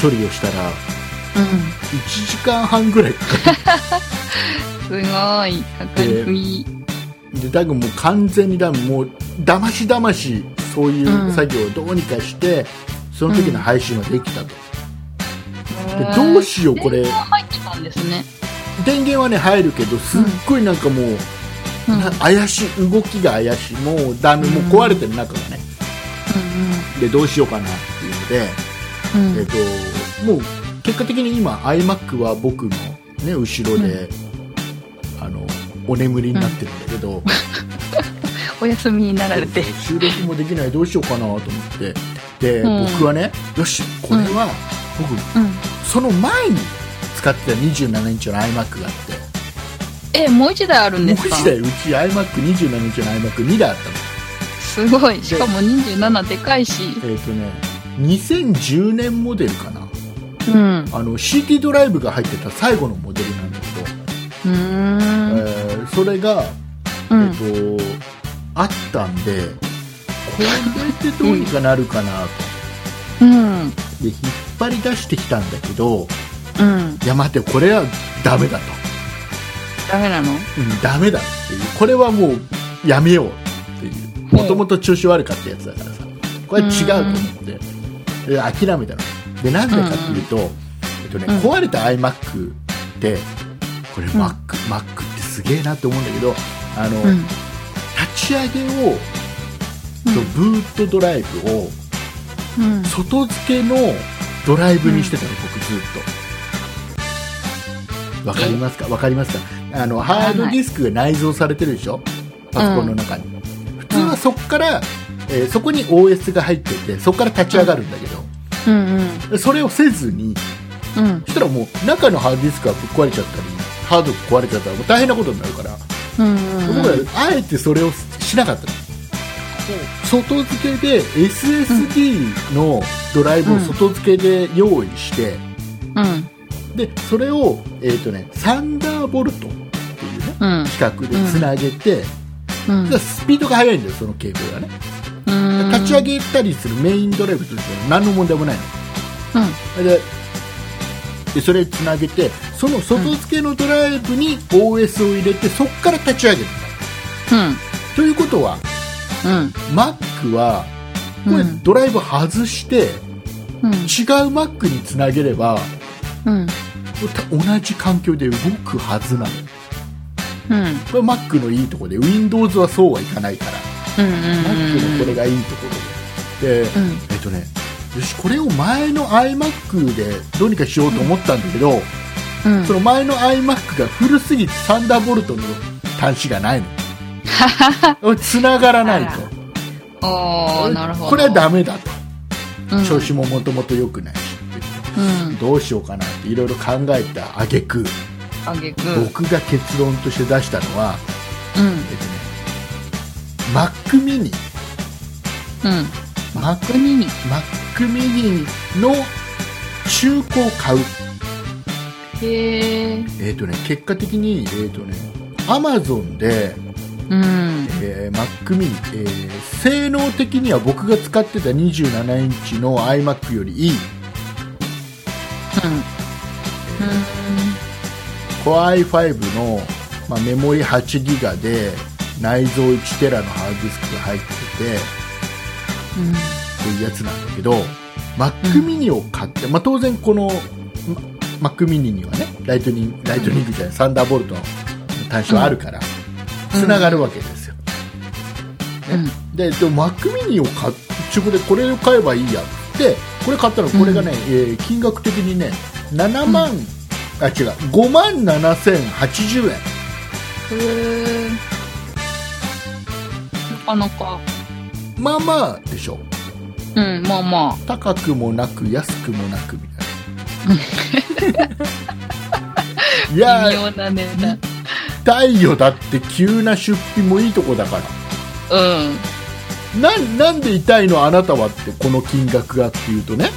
Speaker 2: 処理をしたら
Speaker 1: う
Speaker 2: 1時間半ぐらいかか
Speaker 1: ん。すごい、かかりすぎ。
Speaker 2: ってダグもう完全にダグもうだましだましそういう作業をどうにかして、その時の配信はできたと、でどうしようこれ
Speaker 1: 電話入ってたんですね。
Speaker 2: 電源はね入るけどすっごいなんかもう、
Speaker 1: うん。うん
Speaker 2: な怪しい動きが怪しいもうダメもう壊れてる中がね、でどうしようかなっていう
Speaker 1: うん。う
Speaker 2: ので、
Speaker 1: ん。
Speaker 2: えっともう結果的に今 iMac は僕の、ね、後ろで、あのお眠りになってるんだけど、
Speaker 1: お休みになられて。
Speaker 2: 収録もできないどうしようかなと思ってで、
Speaker 1: うん
Speaker 2: 僕はねよしこれは、僕
Speaker 1: うん。
Speaker 2: その前に使ってた27インチの iMac があって
Speaker 1: え、もう一台あるん
Speaker 2: もう
Speaker 1: ですか
Speaker 2: 一台うち iMac27 インチの iMac2 台あったの
Speaker 1: すごい。しかも27でかいし。
Speaker 2: えっ、とね2010年モデルかな
Speaker 1: うん。
Speaker 2: あの CD ドライブが入ってた最後のモデルなんだけど、
Speaker 1: うーん。
Speaker 2: えーそれが、
Speaker 1: う
Speaker 2: えっ
Speaker 1: ん。
Speaker 2: とあったんでこれでどうにかなるかなと、
Speaker 1: うん。
Speaker 2: で引っ張り出してきたんだけど
Speaker 1: うん。
Speaker 2: いや待ってこれはダメだと、
Speaker 1: ダメなの
Speaker 2: うん、ダメだっていうこれはもうやめようっていう
Speaker 1: ほう
Speaker 2: もともと調子悪かったやつだからさこれは違うと思ってで諦めたのでなんでかっていうと、えっとね
Speaker 1: うん
Speaker 2: 壊れた iMac ってこれ MacMac、Mac ってすげえなって思うんだけどあの、
Speaker 1: うん。
Speaker 2: 立ち上げ
Speaker 1: う
Speaker 2: を
Speaker 1: ん
Speaker 2: とブートドライブを
Speaker 1: うん。
Speaker 2: 外付けのドライブにしてたの、僕ずっとわかりますかわかりますかあの
Speaker 1: らない
Speaker 2: ハードディスクが内蔵されてるでしょパソコンの中に、普通はそっから、えーそこに OS が入っててそこから立ち上がるんだけど、
Speaker 1: うん。うん。
Speaker 2: それをせずに
Speaker 1: うん。
Speaker 2: そしたらもう中のハードディスクがぶっ壊れちゃったりハードが壊れちゃったらもう大変なことになるから、僕
Speaker 1: うん。
Speaker 2: らあえてそれをしなかったの外付けで SSD のドライブを外付けで用意して、
Speaker 1: うん。
Speaker 2: でそれを、えーとね、サンダーボルトっていうね
Speaker 1: うん。
Speaker 2: 規格でつなげて、
Speaker 1: うん
Speaker 2: そしたらスピードが速いんだよそのケーブルがね、
Speaker 1: うん。
Speaker 2: 立ち上げたりするメインドライブとしては何の問題もないのででそれつなげてその外付けのドライブに OS を入れてそこから立ち上げるんだ
Speaker 1: うん。
Speaker 2: ということは
Speaker 1: うん。
Speaker 2: Mac はこ
Speaker 1: う
Speaker 2: れ
Speaker 1: ん。
Speaker 2: ドライブ外して、
Speaker 1: うん。
Speaker 2: 違う Mac につなげれば
Speaker 1: うん。
Speaker 2: 同じ環境で動くはずなの
Speaker 1: うん。
Speaker 2: これ Mac のいいところで Windows はそうはいかないから、
Speaker 1: うん。
Speaker 2: Mac のこれがいいところでで、
Speaker 1: うん。
Speaker 2: えっとねよしこれを前の iMac でどうにかしようと思ったんだけど、
Speaker 1: うん。
Speaker 2: その前の iMac が古すぎてサンダーボルトの端子がない の繋がらないと
Speaker 1: おー、なるほど。
Speaker 2: これはダメだと、
Speaker 1: うん、
Speaker 2: 調子ももともと良くないしって
Speaker 1: うん。
Speaker 2: どうしようかなっていろいろ考えた挙句
Speaker 1: あげく。
Speaker 2: 僕が結論として出したのは、
Speaker 1: うん
Speaker 2: えっ。とね、Mac mini
Speaker 1: うん。
Speaker 2: Mac,
Speaker 1: 国に。
Speaker 2: Mac mini の中古を買う、
Speaker 1: へー。
Speaker 2: えっとね、結果的に、えっとね、Amazon で、
Speaker 1: うん。
Speaker 2: えー Mac mini、えー性能的には僕が使ってた27インチの iMac よりいい
Speaker 1: う
Speaker 2: Core i5 の、まあ、メモリ8ギガで内蔵1テラのハードディスクが入ってて、
Speaker 1: ん。うん。
Speaker 2: っていうやつなんだけど Mac mini を買って、まあ、当然このま Mac mini にはねライトニングライトニングじゃない、サンダーボルトの端子はあるから
Speaker 1: うん
Speaker 2: つながるわけですよ、
Speaker 1: うん
Speaker 2: ねででも Mac mini を買っ中古でこれを買えばいいやってこれ買ったのこれがね、えー金額的にね7万、あ違う5万7080円
Speaker 1: へー。なかなか。
Speaker 2: まあまあでしょ
Speaker 1: うん、まあまあ。
Speaker 2: 高くもなく安くもなくみ たいないやー
Speaker 1: 微妙な値段。
Speaker 2: 痛いよだって急な出費もいいとこだから
Speaker 1: うん。
Speaker 2: ななんで痛いのあなたはってこの金額がっていうとね、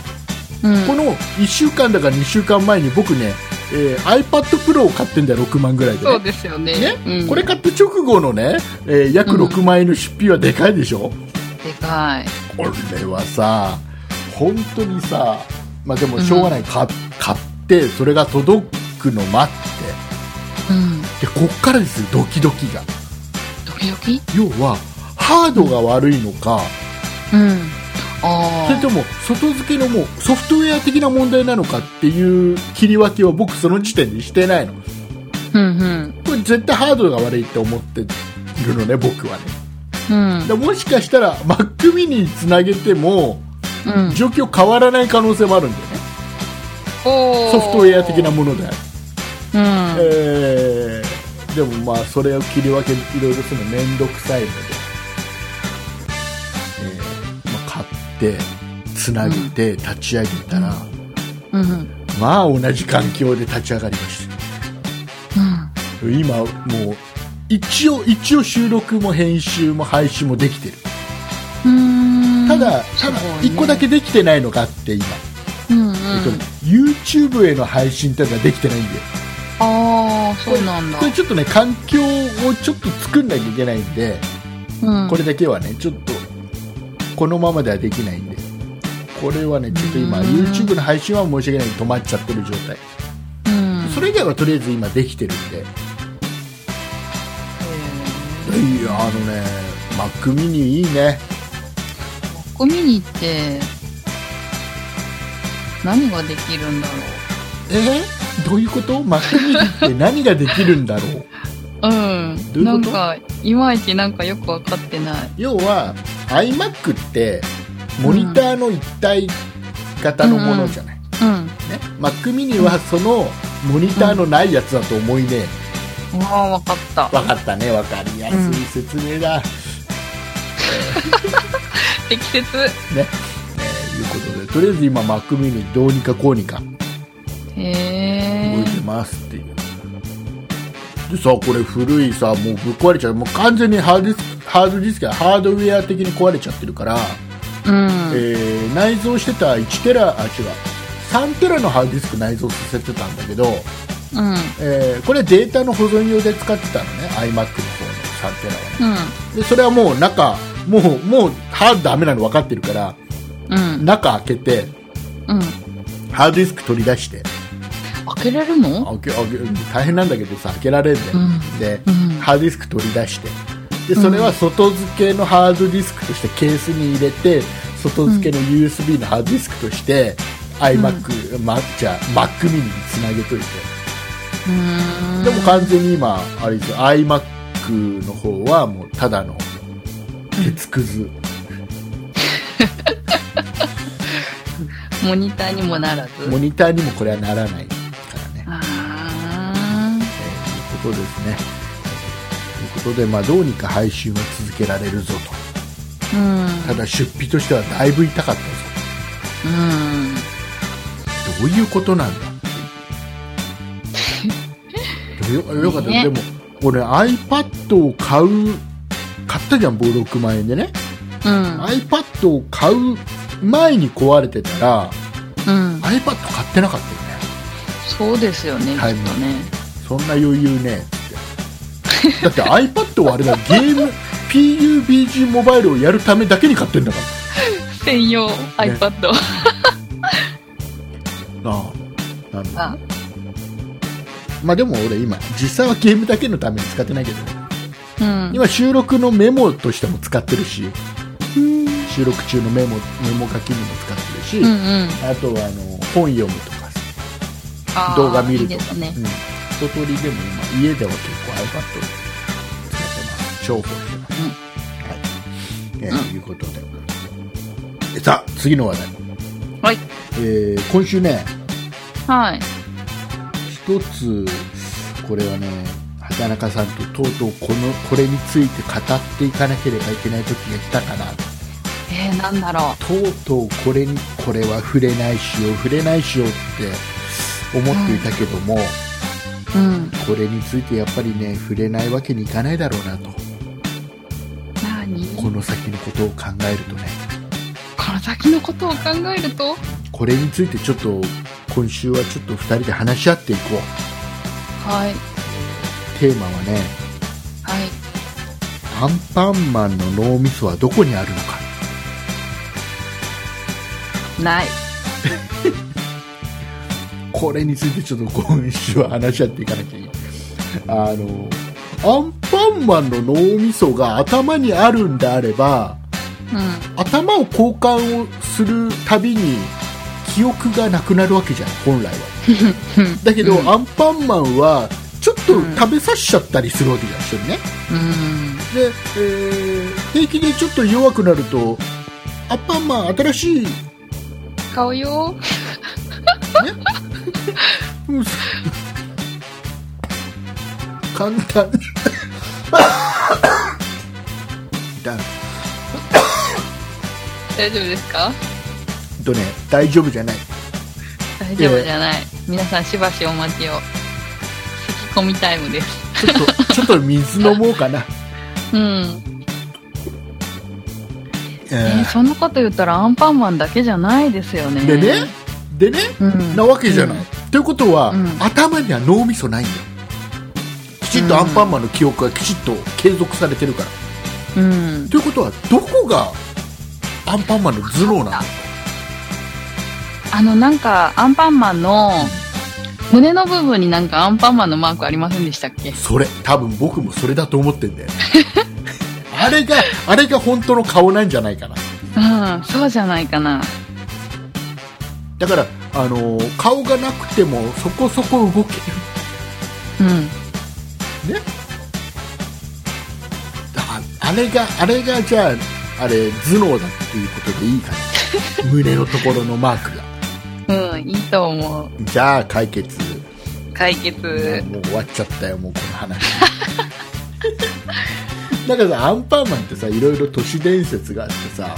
Speaker 1: うん
Speaker 2: この1週間だか2週間前に僕ねえー iPad Pro を買ってんだよ、6万ぐらいで、
Speaker 1: そう
Speaker 2: ね。
Speaker 1: ですよね。
Speaker 2: ね
Speaker 1: うん、
Speaker 2: これ買った直後のね、えー約6万円の出費はでかいでしょ、
Speaker 1: でかい。
Speaker 2: これはさ、本当にさ、まあでもしょうがない、か買って、それが届くの待
Speaker 1: うん。
Speaker 2: って、でこっからですよ、ドキドキが。
Speaker 1: ドキドキ
Speaker 2: 要は、ハードが悪いのか、
Speaker 1: うん。あ
Speaker 2: それ
Speaker 1: あ。
Speaker 2: とも外付けのもうソフトウェア的な問題なのかっていう切り分けは僕その時点でしてないのこ
Speaker 1: うんうん。
Speaker 2: れ絶対ハードが悪いって思っているのね僕はね
Speaker 1: うん。
Speaker 2: だもしかしたら Mac mini につなげても
Speaker 1: うん。
Speaker 2: 状況変わらない可能性もあるんだよね
Speaker 1: おー
Speaker 2: ソフトウェア的な。ものである、
Speaker 1: うん。
Speaker 2: えーでもまあそれを切り分けいろいろするの面倒くさいので、えーまあ、買ってつなげて立ち上げたら、
Speaker 1: うん。うん。
Speaker 2: まあ同じ環境で立ち上がりました今もう一応一応収録も編集も配信もできてる
Speaker 1: うん。
Speaker 2: ただ、
Speaker 1: す
Speaker 2: ただ
Speaker 1: ごいね
Speaker 2: 一個だけできてないのがあって今、
Speaker 1: うんうん。
Speaker 2: えっとね YouTube への配信っていうのができてないんで
Speaker 1: ああ、そうなんだ
Speaker 2: こ。れちょっとね環境をちょっと作んなきゃいけないんで
Speaker 1: うん。
Speaker 2: これだけはねちょっとこのままではできないんでこれはねちょっと今
Speaker 1: うん
Speaker 2: YouTube の配信は申し訳ないけど止まっちゃってる状態
Speaker 1: うん。
Speaker 2: それ以外はとりあえず今できてるんでいやあのね Mac mini いいね
Speaker 1: コミュニって、何ができるんだ
Speaker 2: えーどういうこと Mac mini って何ができるんだろう
Speaker 1: ろう。
Speaker 2: ど
Speaker 1: うん。
Speaker 2: うい
Speaker 1: な
Speaker 2: うんこと
Speaker 1: か、いまいちなんかよくわかってない。
Speaker 2: 要は iMac ってモニターの一体型のものじゃない、
Speaker 1: うん。
Speaker 2: ね、Mac mini はそのモニターのないやつだと思いね、
Speaker 1: ああ、わかった。
Speaker 2: 分かったね分かりやすい説明だ、
Speaker 1: 適切。
Speaker 2: えーいうことでとりあえず今 Mac mini どうにかこうにか
Speaker 1: へ
Speaker 2: 動
Speaker 1: え
Speaker 2: い。てますっていう、でさこれ古いさもうぶっ壊れちゃうもう完全にハードディスクハードディスクやハードウェア的に壊れちゃってるから、
Speaker 1: うん。
Speaker 2: えー内蔵してた1テラあ違う3テラのハードディスク内蔵させてたんだけど、
Speaker 1: うん。
Speaker 2: えーこれデータの保存用で使ってたのね iMac の方の3テラはね
Speaker 1: うん。
Speaker 2: でそれはもう中もうもうハードダメなの分かってるから
Speaker 1: うん。
Speaker 2: 中開けて
Speaker 1: うん。
Speaker 2: ハードディスク取り出して
Speaker 1: 開けれるの
Speaker 2: 開け開け大変なんだけどさ開けられるんだよ、
Speaker 1: うん
Speaker 2: で
Speaker 1: うん。
Speaker 2: ハードディスク取り出してでそれは外付けのハードディスクとしてケースに入れて外付けの USB のハードディスクとして、iMac、まじゃあ Mac mini につなげといて
Speaker 1: うん。
Speaker 2: でも完全に今あれですよ iMac の方はもうただの鉄くず、
Speaker 1: モニターにもならず。
Speaker 2: モニターにもこれはならないからね、
Speaker 1: あ
Speaker 2: え
Speaker 1: あ。
Speaker 2: ーということですねということで、まあ、どうにか配信は続けられるぞと
Speaker 1: うん。
Speaker 2: ただ出費としてはだいぶ痛かったぞ
Speaker 1: うん。
Speaker 2: どういうことなんだよよかった、
Speaker 1: ね
Speaker 2: でも俺 iPad を買う買ったじゃん僕6万円でね、
Speaker 1: うん。
Speaker 2: iPad を買う前に壊れてたら
Speaker 1: うん。
Speaker 2: iPad 買ってなかったよね
Speaker 1: そうですよね、きっと
Speaker 2: はい
Speaker 1: ね。
Speaker 2: そんな余裕ねってだって iPad はあれだよゲーム PUBG モバイルをやるためだけに買ってんだから
Speaker 1: 専用 iPad。
Speaker 2: なあなんだ
Speaker 1: あ
Speaker 2: まあでも俺今実際はゲームだけのために使ってないけどね
Speaker 1: うん。
Speaker 2: 今収録のメモとしても使ってるし収録中のメモメモ書きにも使ってるし、
Speaker 1: うんうん。
Speaker 2: あとはあの本読むとかさ
Speaker 1: あー
Speaker 2: 動画見
Speaker 1: い
Speaker 2: る
Speaker 1: い
Speaker 2: と
Speaker 1: で
Speaker 2: か
Speaker 1: すね
Speaker 2: う。ん、一通りでも今家では結構 iPad を使ってます重宝してます、
Speaker 1: うん
Speaker 2: はいえーいうことでえさあ次の話題、
Speaker 1: はい。
Speaker 2: えー今週ね
Speaker 1: はい。
Speaker 2: 一つこれはね畑中さんととうとうこのこれについて語っていかなければいけない時が来たかな
Speaker 1: えー、なんだろ
Speaker 2: とうとうこれにこれは触れないしよう触れないしようって思っていたけども、
Speaker 1: う。うん。
Speaker 2: これについてやっぱりね触れないわけにいかないだろうなと
Speaker 1: なに
Speaker 2: この先のことを考えるとね
Speaker 1: この先のことを考えると
Speaker 2: これについてちょっと今週はちょっと2人で話し合っていこう
Speaker 1: はい。
Speaker 2: テーマはね
Speaker 1: はい。
Speaker 2: アンパンマンの脳みそはどこにあるのか
Speaker 1: ない。
Speaker 2: これについてちょっと今週は話し合っていかなきゃいけないあのアンパンマンの脳みそが頭にあるんであれば
Speaker 1: う
Speaker 2: 頭を交換をするたびに記憶がなくなるわけじゃん本来は
Speaker 1: ん。うん。
Speaker 2: だけど、
Speaker 1: うん。
Speaker 2: アンパンマンはちょっと
Speaker 1: うん
Speaker 2: 食べさせちゃったりするわけじゃん一緒にねで、えー平気でちょっと弱くなるとアンパンマン新しい
Speaker 1: 買うよ。
Speaker 2: うん 簡単 だ
Speaker 1: 大丈夫ですか
Speaker 2: とね大丈夫じゃない
Speaker 1: 大丈夫じゃない。皆さんしばしお待ちを。咳き込みタイムです。
Speaker 2: ちょっ とちょっと水飲もうかな、
Speaker 1: うん。え
Speaker 2: え
Speaker 1: そんなこと言ったらアンパンマンだけじゃないですよね。
Speaker 2: ーでねでね
Speaker 1: うん。
Speaker 2: なわけじゃない、ということは、
Speaker 1: うん
Speaker 2: 頭には脳みそないんだよきちっとアンパンマンの記憶がきちっと継続されてるから、
Speaker 1: うん。
Speaker 2: ということはどこがアンパンマンの頭脳なの
Speaker 1: あの、なんか、アンパンマンの、胸の部分になんかアンパンマンのマークありませんでしたっけ
Speaker 2: それ多分僕もそれだと思ってんだよあれがあれが本当の顔なんじゃないかな
Speaker 1: うん、そうじゃないかな。
Speaker 2: だからあのー顔がなくてもそこそこ動け
Speaker 1: う
Speaker 2: る
Speaker 1: ん。
Speaker 2: ああれがあれがじゃああれ頭脳だっていうことでいいかな胸のところのマークが
Speaker 1: うん、いいと思う。
Speaker 2: じゃあ解決
Speaker 1: 解
Speaker 2: も
Speaker 1: 決。
Speaker 2: う終わっちゃったよもうこの話 だからさアンパンマンってさいろいろ都市伝説があってさ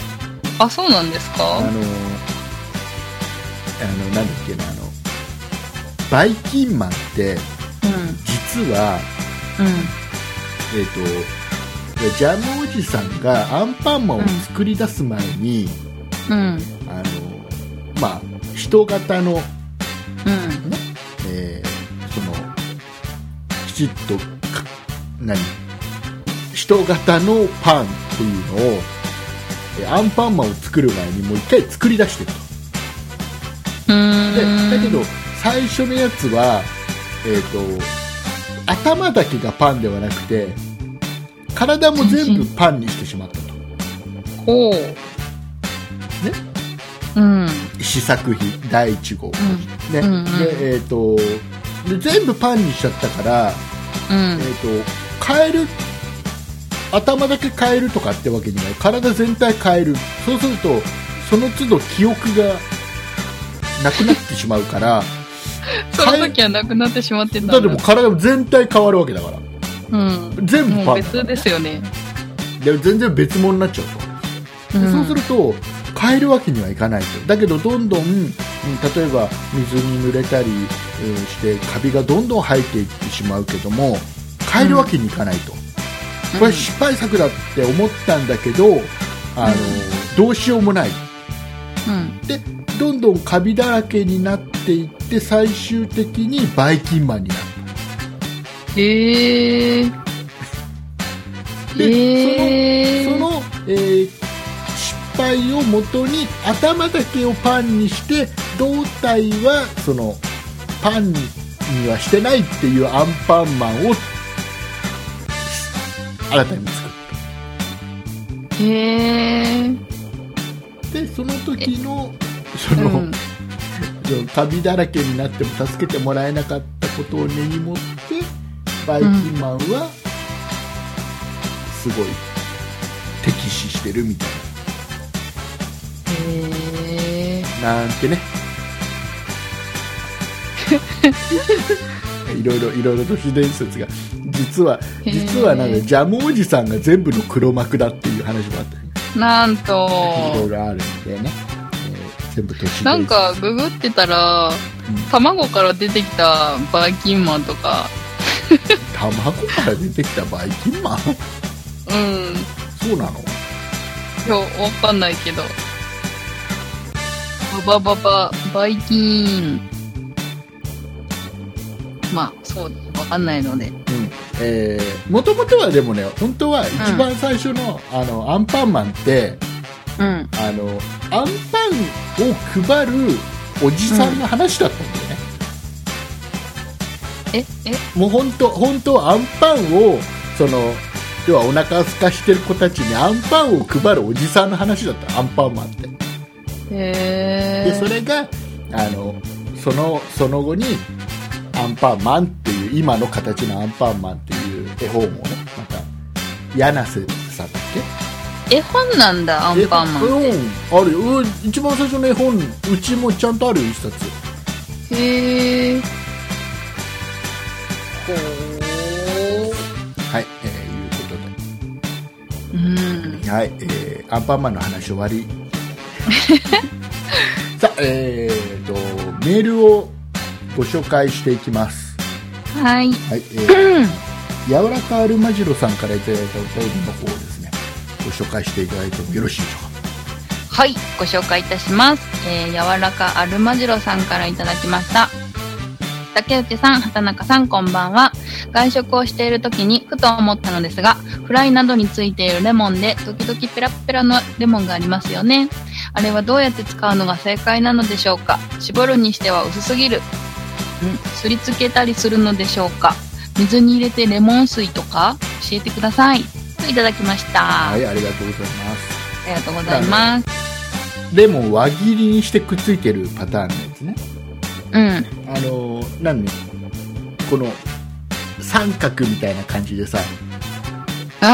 Speaker 1: あ、そうなんです
Speaker 2: あ
Speaker 1: か
Speaker 2: のあのなんだっけなあのバイキンマンって
Speaker 1: うん、
Speaker 2: 実は
Speaker 1: うん、
Speaker 2: えっ、とジャムおじさんがアンパンマンを作り出す前に、
Speaker 1: うん、
Speaker 2: あのまあ人型の、
Speaker 1: うん、
Speaker 2: えーそのきちっとか何人型のパンっていうのをえーアンパンマンを作る前にもう一回作り出してると
Speaker 1: う
Speaker 2: で
Speaker 1: ん。
Speaker 2: だけど、最初のやつは、えー、と頭だけがパンではなくて体も全部パンにしてしまったと
Speaker 1: こう。
Speaker 2: ね
Speaker 1: うん、うん、
Speaker 2: 試作品第1号、ね
Speaker 1: うんうん
Speaker 2: でえっ、とで全部パンにしちゃったから、
Speaker 1: うん
Speaker 2: え。ー、と変える頭だけ変えるとかってわけじゃない体全体変えるそうするとその都度記憶がなくなってしまうから
Speaker 1: その時はなくなってしまってたん
Speaker 2: だ
Speaker 1: だ。
Speaker 2: ってもう体も全体変わるわけだから
Speaker 1: うん。
Speaker 2: 全部
Speaker 1: も
Speaker 2: パ
Speaker 1: う
Speaker 2: ンだ
Speaker 1: 別ですよね。
Speaker 2: で全然別物になっちゃうと、で
Speaker 1: ん
Speaker 2: そうすると変えるわけにはいかないとだけどどんどん、うん、例えば水に濡れたり、えーしてカビがどんどん生えていってしまうけども変えるわけにいかないと、これ失敗作だって思ったんだけどあの、どうしようもない
Speaker 1: うん、
Speaker 2: でどんどんカビだらけになっていって最終的にバイキンマンになる
Speaker 1: へえー。
Speaker 2: で
Speaker 1: え
Speaker 2: その、えー失敗をもとに頭だけをパンにして胴体はそのパンにはしてないっていうアンパンマンを新たに作
Speaker 1: ー、へえー。
Speaker 2: ってその時のそうの、
Speaker 1: ん、
Speaker 2: そのカビだらけになっても助けてもらえなかったことを根に持ってバイキンマンはすごい敵視してるみたい
Speaker 1: へえー。
Speaker 2: ななん てねいろいろいろいろ都市伝説が実は
Speaker 1: へー
Speaker 2: 実はなんかジャムおじさんが全部の黒幕だっていう話もあったり
Speaker 1: なんと。
Speaker 2: いろいろあるんでね、えー全部都市伝説
Speaker 1: なんかググってたら、卵から出てきたバイキンマンとか、
Speaker 2: 卵から出てきたバイキンマン
Speaker 1: うん、
Speaker 2: そうなの
Speaker 1: 今日わかんないけど、ババババ、バイキン、まあ、そう、わかんないので。
Speaker 2: えー、もともとはでもね、本当は一番最初の、あの、アンパンマンって、
Speaker 1: うん。
Speaker 2: あの、アンパンを配るおじさんの話だったんだ
Speaker 1: え、
Speaker 2: よね。
Speaker 1: え、
Speaker 2: もう本当、本当はアンパンを、その、要はお腹すかしてる子たちにアンパンを配るおじさんの話だった、アンパンマンって。
Speaker 1: へ
Speaker 2: で、
Speaker 1: ー
Speaker 2: それが、あの、その、その後に、アンパンマンっていう、今の形のアンパンマンっていう絵本をね、また、柳瀬さんだっけ
Speaker 1: 絵本なんだ、アンパンマン。
Speaker 2: ン。絵本あるよ。うん一番最初の絵本、うちもちゃんとあるよ、一冊。
Speaker 1: へえ。
Speaker 2: はい、えー、いうこ
Speaker 1: う
Speaker 2: と
Speaker 1: ん。
Speaker 2: で。はい、えー、アンパンマンの話終わ り。さあ、えーと、メールをご紹介していきます。
Speaker 1: はい。
Speaker 2: はい、 えー、柔らかアルマジロさんからいただいたお便りの方をですね、ご紹介していただいてもよろしいでしょうか。
Speaker 1: はい、ご紹介いたします。えー、柔らかアルマジロさんからいただきました。竹内さん、畑中さん、こんばんは。外食をしている時にふと思ったのですが、フライなどについているレモンで、時々ペラッペラのレモンがありますよね。あれはどうやって使うのが正解なのでしょうか絞るにしては薄すぎる。うん、すりつけたりするのでしょうか水に入れてレモン水とか教えてください。といただきました。
Speaker 2: はい、ありがとうございます。
Speaker 1: ありがとうございます。
Speaker 2: レモン輪切りにしてくっついてるパターンのやつね。
Speaker 1: うん。
Speaker 2: あの何この三角みたいな感じでさ
Speaker 1: ああ、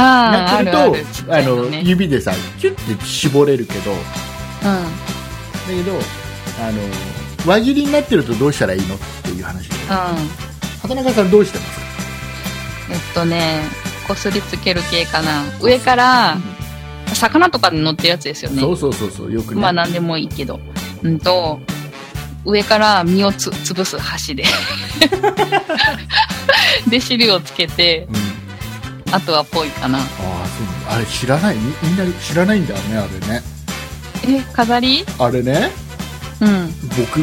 Speaker 2: な
Speaker 1: あ
Speaker 2: ってる
Speaker 1: るある。
Speaker 2: とあ
Speaker 1: ちっちゃい
Speaker 2: の
Speaker 1: ね
Speaker 2: 指でさキュッて絞れるけどだ
Speaker 1: う
Speaker 2: けどあの輪切りになってるとどうしたらいいのっていう話で
Speaker 1: ん。うん。
Speaker 2: 畑中さんどうしてますか
Speaker 1: えっとね、こすりつける系かな。上から、魚とかに乗ってるやつですよね。
Speaker 2: そうそうそうそうよくね、
Speaker 1: まあ何でもいいけど。うんと、上から身をつ潰す箸 で。で、汁をつけて
Speaker 2: う、ん、
Speaker 1: あとはぽいかな。
Speaker 2: ああそうなんだあれ知らないみみんな知らないんだよねあれね
Speaker 1: え、飾り
Speaker 2: あれね
Speaker 1: うん。う。
Speaker 2: 僕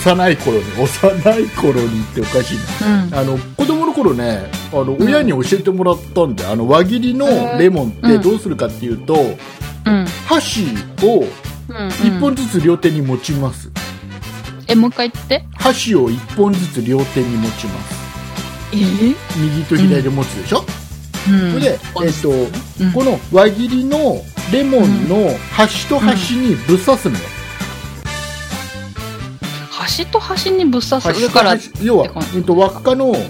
Speaker 2: 幼い頃に幼い頃にっておかしいなんあの子供の頃ねあの親に教えてもらったんで、あの輪切りのレモンってどうするかっていうと、
Speaker 1: うん。
Speaker 2: 箸を
Speaker 1: うん。
Speaker 2: 1本ずつ両手に持ちます、
Speaker 1: え、もう一回言って。
Speaker 2: 箸を1本ずつ両手に持ちます
Speaker 1: え
Speaker 2: 右と左で持つでしょ、
Speaker 1: うん。
Speaker 2: それで、えっと
Speaker 1: うん
Speaker 2: この輪切りのレモンの端と端にぶっ刺すのよ、
Speaker 1: 端と端にぶっ刺す。
Speaker 2: 端
Speaker 1: 上
Speaker 2: と
Speaker 1: から。
Speaker 2: 端要は
Speaker 1: ってこと、
Speaker 2: うん、と輪っかの、うんと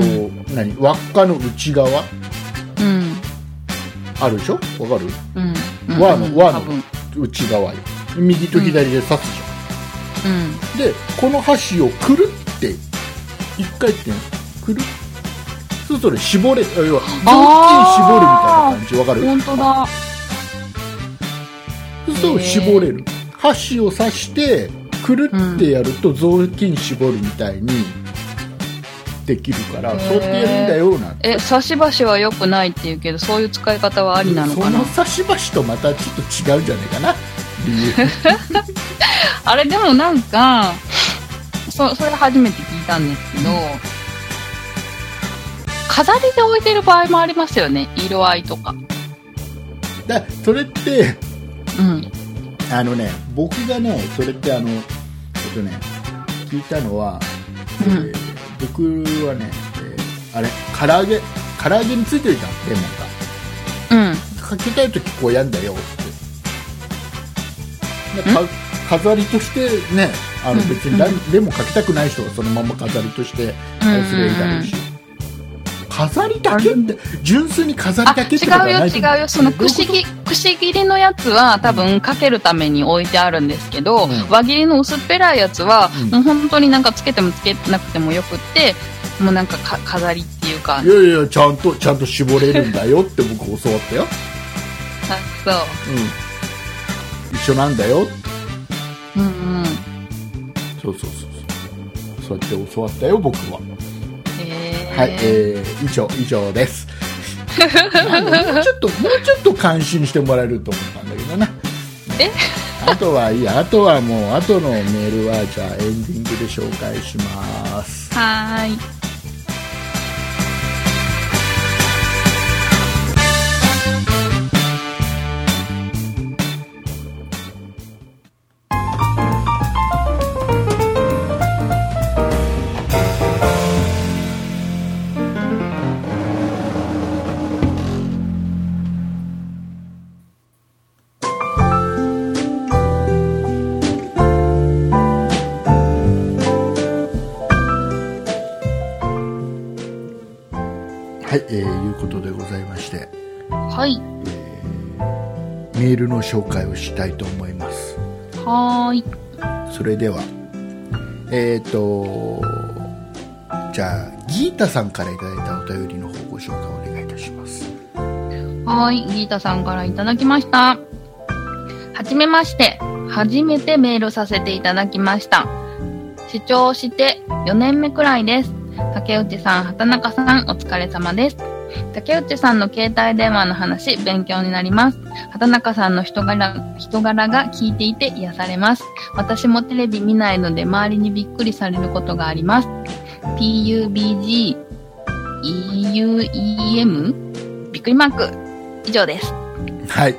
Speaker 1: う
Speaker 2: 何輪っかの内側
Speaker 1: うん。
Speaker 2: あるでしょわかる
Speaker 1: うん。うん
Speaker 2: 和の和
Speaker 1: 多
Speaker 2: の
Speaker 1: 分
Speaker 2: 内側よ右と左で刺すじゃん、
Speaker 1: うん。
Speaker 2: でこの箸をくるって一回転くるそうするとね絞れあ要は
Speaker 1: あ
Speaker 2: 雑巾絞るみたいな
Speaker 1: 本当
Speaker 2: 感じわかる
Speaker 1: だ。
Speaker 2: そうすると絞れる箸を刺してくるってやると雑巾絞るみたいにできるから、
Speaker 1: へー
Speaker 2: そうやってやるんだよなんて
Speaker 1: え、差し箸は良くないって言うけど、そういう使い方はありなの
Speaker 2: そ
Speaker 1: かな
Speaker 2: の。差し箸とまたちょっと違うんじゃないかな理
Speaker 1: あれでもなんか、そ、それ初めて聞いたんですけど、飾りで置いてる場合もありますよね。色合いとか。
Speaker 2: 由だそれって
Speaker 1: うん。
Speaker 2: あのね僕がねそれってあのえっとね聞いたのは、
Speaker 1: うん
Speaker 2: えー僕はね、えーあれ唐揚げ唐揚げについてるじゃんレモン
Speaker 1: うん。
Speaker 2: がかけたい時こうやんだよってでか飾りとしてねあの
Speaker 1: うん
Speaker 2: 別にラレモンかけたくない人はそのまま飾りとしてあれすればいいだろうし、飾りだけって純粋に飾
Speaker 1: あ
Speaker 2: りだけってことは
Speaker 1: 違う
Speaker 2: な
Speaker 1: よ
Speaker 2: いと思う
Speaker 1: 違うよその
Speaker 2: どういうこと
Speaker 1: 串切串切りのやつは多分かけるために置いてあるんですけど、
Speaker 2: うん
Speaker 1: 輪切りの薄っぺらいやつは、
Speaker 2: うん
Speaker 1: もう本当になんかつけてもつけなくてもよくってもうなんかか飾りっていうか
Speaker 2: いやいやいやちゃんとちゃんと絞れるんだよって僕教わったよ
Speaker 1: あそう
Speaker 2: うん、一緒なんだよ
Speaker 1: うんうん
Speaker 2: そうそうそうそうそうやって教わったよ僕は
Speaker 1: へー
Speaker 2: はい、えー、以上以上ですあのもうちょっともうちょっと感心してもらえると思ったんだけどな
Speaker 1: え
Speaker 2: あとはいいやあとはもうあとのメールはじゃあエンディングで紹介します
Speaker 1: はーい。
Speaker 2: はい、えー、いうことでございまして
Speaker 1: はい。
Speaker 2: メールの紹介をしたいと思います
Speaker 1: はーい。
Speaker 2: それではえっ、とじゃあギータさんからいただいたお便りの方ご紹介お願いいたします
Speaker 1: はーい。ギータさんからいただきました。はじめまして。初めてメールさせていただきました。視聴して4年目くらいです。竹内さん、畑中さん、お疲れ様です。竹内さんの携帯電話の話、勉強になります。畑中さんの人柄人柄が聞いていて癒されます。私もテレビ見ないので周りにびっくりされることがあります。PUBG、EUEM? びっくりマーク。以上です。あ
Speaker 2: はい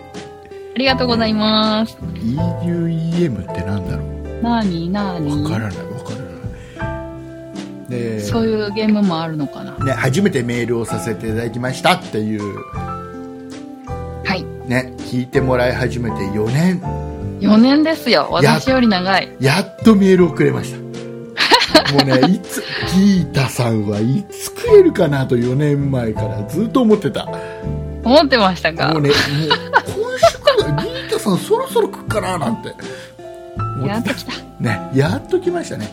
Speaker 1: りがとうございます。
Speaker 2: EUEM ってなんだろう
Speaker 1: なーになー
Speaker 2: わから
Speaker 1: に
Speaker 2: ないわからないで
Speaker 1: そういうゲームもあるのかな
Speaker 2: ね、初めてメールをさせていただきましたっていう、
Speaker 1: はい。
Speaker 2: ね、聞いてもらい始めて4年
Speaker 1: 4年ですよ。
Speaker 2: や
Speaker 1: 私より長い。
Speaker 2: やっとメールをくれました もうねいつギータさんはいつくれるかなと4年前からずっと思ってたも
Speaker 1: 思ってましたか
Speaker 2: うねもう今週からギータさんそろそろ来るかななんて思
Speaker 1: や
Speaker 2: っ
Speaker 1: ってと
Speaker 2: た
Speaker 1: きた。
Speaker 2: ね、やっと来ましたね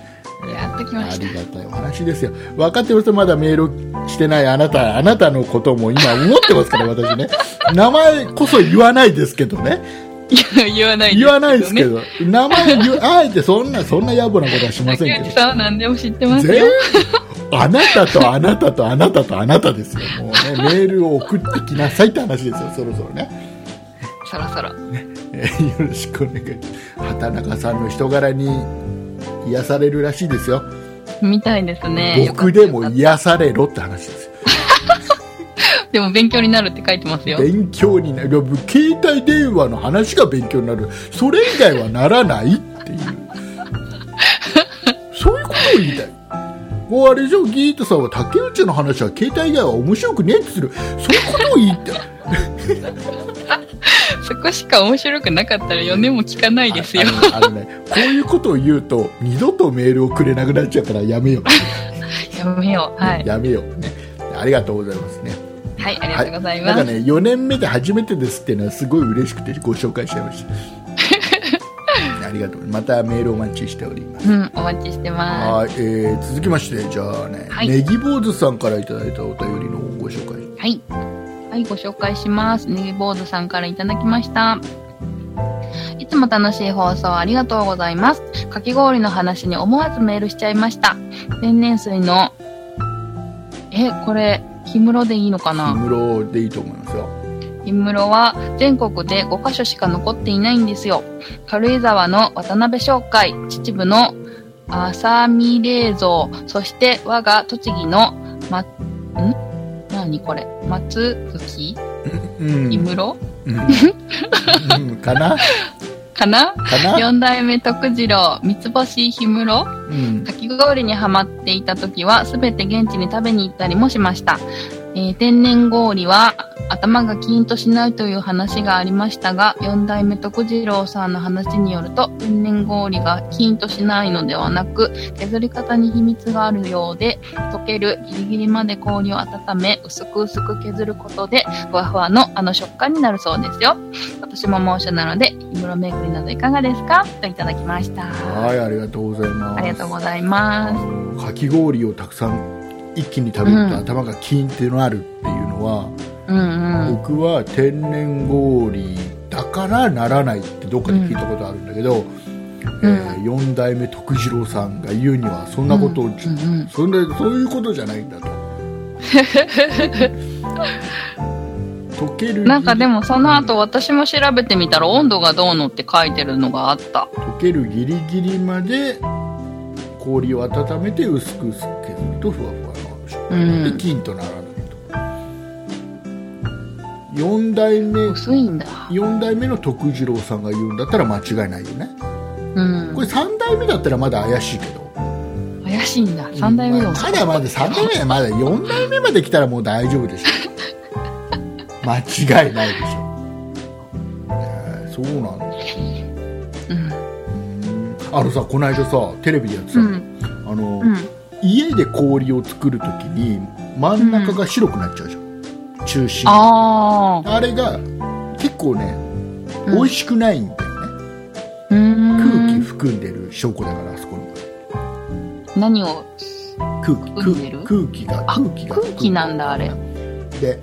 Speaker 1: やっと来ま
Speaker 2: あ
Speaker 1: した
Speaker 2: り。がたいお話ですよ分かってますまだメールしてないあなたあなたのことも今思ってますから私ね名前こそ言わないですけどね
Speaker 1: 言わない
Speaker 2: 言わないですけ
Speaker 1: ね。
Speaker 2: ど、名前言う、あえてそんな、そんな野暮なことはしませ
Speaker 1: 竹
Speaker 2: んけ
Speaker 1: 内
Speaker 2: ど。
Speaker 1: さんは何でも知ってます
Speaker 2: 全
Speaker 1: よ。
Speaker 2: 部、あなたとあなたとあなたとあなたですよ。もうね、メールを送ってきなさいって話ですよ、そろそろね。
Speaker 1: そろそろ。
Speaker 2: えーよろしくお願いします。畑中さんの人柄に癒されるらしいですよ。
Speaker 1: みたいですね。
Speaker 2: 僕でも
Speaker 1: よかっ
Speaker 2: 癒されろって話ですよ。
Speaker 1: たでも勉強になるって書いてますよ。
Speaker 2: 勉強になる。いや携帯電話の話が勉強になる。それ以外はならな いっていう。そういうことを言いたい。もうあれじゃギートさんは竹内の話は携帯以外は面白くねえってする。そういうことを言いたい。
Speaker 1: そこしか面白くなかったら4年も聞かないですよ。
Speaker 2: ああのね、こういうことを言うと、二度とメールをくれなくなっちゃうからやめよう。
Speaker 1: やめよう。はい。
Speaker 2: やめよう。ね。ありがとうございますね。
Speaker 1: はい、ありが
Speaker 2: は
Speaker 1: とうござい
Speaker 2: な
Speaker 1: ま
Speaker 2: ん
Speaker 1: す。
Speaker 2: かね、4年目で初めてですっていうのはすごい嬉しくてご紹介しちゃい ました。ありがとう。またメールお待ちしております。
Speaker 1: うん、お待ちしてま
Speaker 2: はい、えー続きましてじゃあね、
Speaker 1: はい
Speaker 2: ネギ坊主さんからいただいたお便りのご紹介
Speaker 1: す。はい。はい、ご紹介します。ネギボードさんからいただきました。いつも楽しい放送ありがとうございます。かき氷の話に思わずメールしちゃいました。天然水の、え、これ、氷室でいいのかな
Speaker 2: 氷室でいいと思いますよ
Speaker 1: 氷室は全国で5カ所しか残っていないんですよ。軽井沢の渡辺商会、秩父の浅見冷蔵、そして我が栃木の、ま、ん何これ松月
Speaker 2: うん、
Speaker 1: 氷室
Speaker 2: うんうんかな
Speaker 1: かな
Speaker 2: かな、
Speaker 1: 四代目徳次郎、三つ星氷室
Speaker 2: うん、
Speaker 1: かき氷にハマっていた時は全て現地に食べに行ったりもしました、えー天然氷は頭がキーンとしないという話がありましたが四代目徳次郎さんの話によると天然氷がキーンとしないのではなく削り方に秘密があるようで溶けるギリギリまで氷を温め薄く薄く削ることでふわふわのあの食感になるそうですよ私も猛暑なので氷室めくりなどいかがですかといただきました
Speaker 2: はいありがとうございます
Speaker 1: ありがとうございます
Speaker 2: あのかき氷をたくさん一気に食べる
Speaker 1: うん
Speaker 2: と頭がキーンってなるっていうのは、
Speaker 1: うんうん。
Speaker 2: 僕は天然氷だからならないってどっかで聞いたことあるんだけど、え4代目徳次郎さんが言うにはそんなことを、
Speaker 1: うんうん
Speaker 2: そんなそういうことじゃないんだと溶ける
Speaker 1: なんかでもその後私も調べてみたら温度がどうのって書いてるのがあった。
Speaker 2: 溶けるギリギリまで氷を温めて薄く削るとふわふわになるでしょ、
Speaker 1: うん
Speaker 2: で金とならないと4代目
Speaker 1: 薄いんだ。
Speaker 2: 4代目の徳次郎さんが言うんだったら間違いないよね
Speaker 1: うん
Speaker 2: こ。れ3代目だったらまだ怪しいけど
Speaker 1: 怪しいんだ。三代目の。
Speaker 2: まあまだまだ3代目はまだ4代目まで来たらもう大丈夫でし ょ間違いないでしょ、ねえそうなんだ
Speaker 1: うん。
Speaker 2: うんあのさこの間さテレビでやってた
Speaker 1: う
Speaker 2: の、
Speaker 1: ん。
Speaker 2: あの、
Speaker 1: うん。
Speaker 2: 家で氷を作るときに真ん中が白くなっちゃうじゃん、中心あ
Speaker 1: ああ。
Speaker 2: れが結構ね、
Speaker 1: うん
Speaker 2: 美味しくないんだよね
Speaker 1: うー
Speaker 2: 空気
Speaker 1: ん。
Speaker 2: 含んでる証拠だからあそこの
Speaker 1: 何を、
Speaker 2: 空気
Speaker 1: 含んでる
Speaker 2: 空気が
Speaker 1: あ
Speaker 2: 空気が
Speaker 1: 空気なんだあれ
Speaker 2: で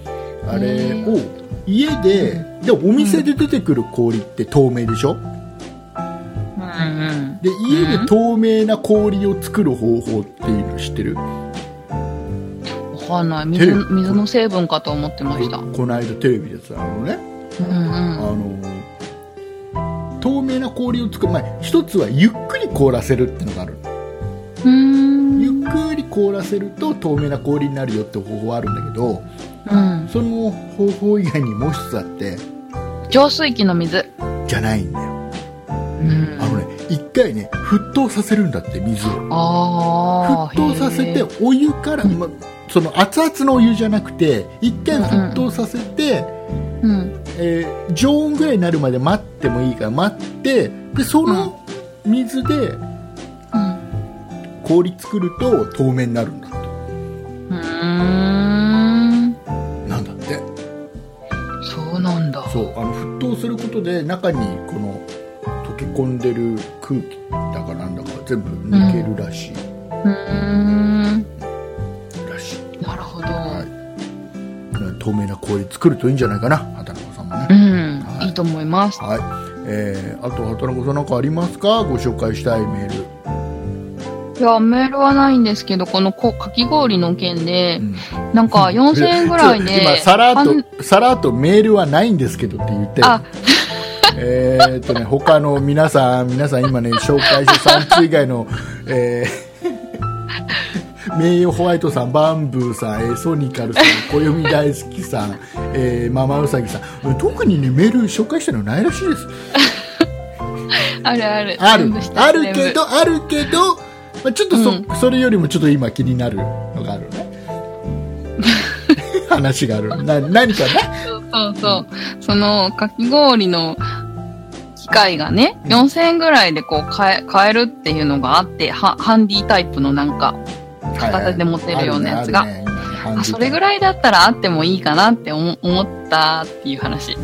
Speaker 2: あ
Speaker 1: へ
Speaker 2: れ
Speaker 1: ー
Speaker 2: を家ででもお店で出てくる氷って透明でしょ、
Speaker 1: うんうん。
Speaker 2: で家で透明な氷を作る方法っていうの知ってる、
Speaker 1: わかんない。
Speaker 2: テレ
Speaker 1: 水
Speaker 2: ビ、
Speaker 1: 水の成分かと思ってました。
Speaker 2: ここの間テレビでやってたあのね、
Speaker 1: うんうん。
Speaker 2: あの透明な氷を作る前一つはゆっくり凍らせるってのがある
Speaker 1: うーん。
Speaker 2: ゆっくり凍らせると透明な氷になるよって方法はあるんだけど
Speaker 1: うん。
Speaker 2: その方法以外にもう一つあって
Speaker 1: 浄水器の水。
Speaker 2: じゃないんだよ
Speaker 1: うん。
Speaker 2: あのね一回ね沸騰させるんだって水を
Speaker 1: ああ。
Speaker 2: 沸騰させ
Speaker 1: へ
Speaker 2: て
Speaker 1: ー
Speaker 2: お湯から、ま、その熱々のお湯じゃなくて一回沸騰させて、
Speaker 1: うん。
Speaker 2: えー常温ぐらいになるまで待ってもいいから待ってでその水で
Speaker 1: うん。
Speaker 2: 氷作ると透明になるんだって
Speaker 1: うーん。
Speaker 2: なんだって
Speaker 1: そうなんだ。
Speaker 2: そうあの沸騰することで中にこの溶け込んでる空気だかなんだか全部抜けるらしい、
Speaker 1: うーん。
Speaker 2: らしい、
Speaker 1: なるほど。
Speaker 2: はい、透明な氷作るといいんじゃないかな畑中さんもね、
Speaker 1: うん、
Speaker 2: はい
Speaker 1: い、いと思います。
Speaker 2: はいえー、あと畑中さんなんかありますかご紹介したいメール、
Speaker 1: いや、メールはないんですけど、このこかき氷の件で
Speaker 2: う、ん
Speaker 1: なんか4000円ぐらいで、
Speaker 2: 今さら
Speaker 1: は
Speaker 2: っ
Speaker 1: ん
Speaker 2: とさらっとメールはないんですけどって言って
Speaker 1: あ、
Speaker 2: えーっとね、他の皆さん、皆さん今ね、紹介した3つ以外の、えー、 名誉ホワイトさん、バンブーさん、えーソニ カルさん、暦大好きさん、えーママウサギさん、特にね、メール紹介したのないらしいです。
Speaker 1: あるある。
Speaker 2: ある
Speaker 1: 全部し、た
Speaker 2: あるけ。
Speaker 1: 全
Speaker 2: ど、あるけど、まあ、ちょっとそ、
Speaker 1: うん
Speaker 2: それよりもちょっと今気になるのがある ね。話がある。な、何かね。
Speaker 1: 部そうそう。その、かき氷の機械がね、4000円ぐらいでこう買え、買えるっていうのがあって、はハンディタイプのなんか、片手で持てるようなやつが
Speaker 2: あるねあるね今ね
Speaker 1: あ、それぐらいだったらあってもいいかなって思思ったっていう話。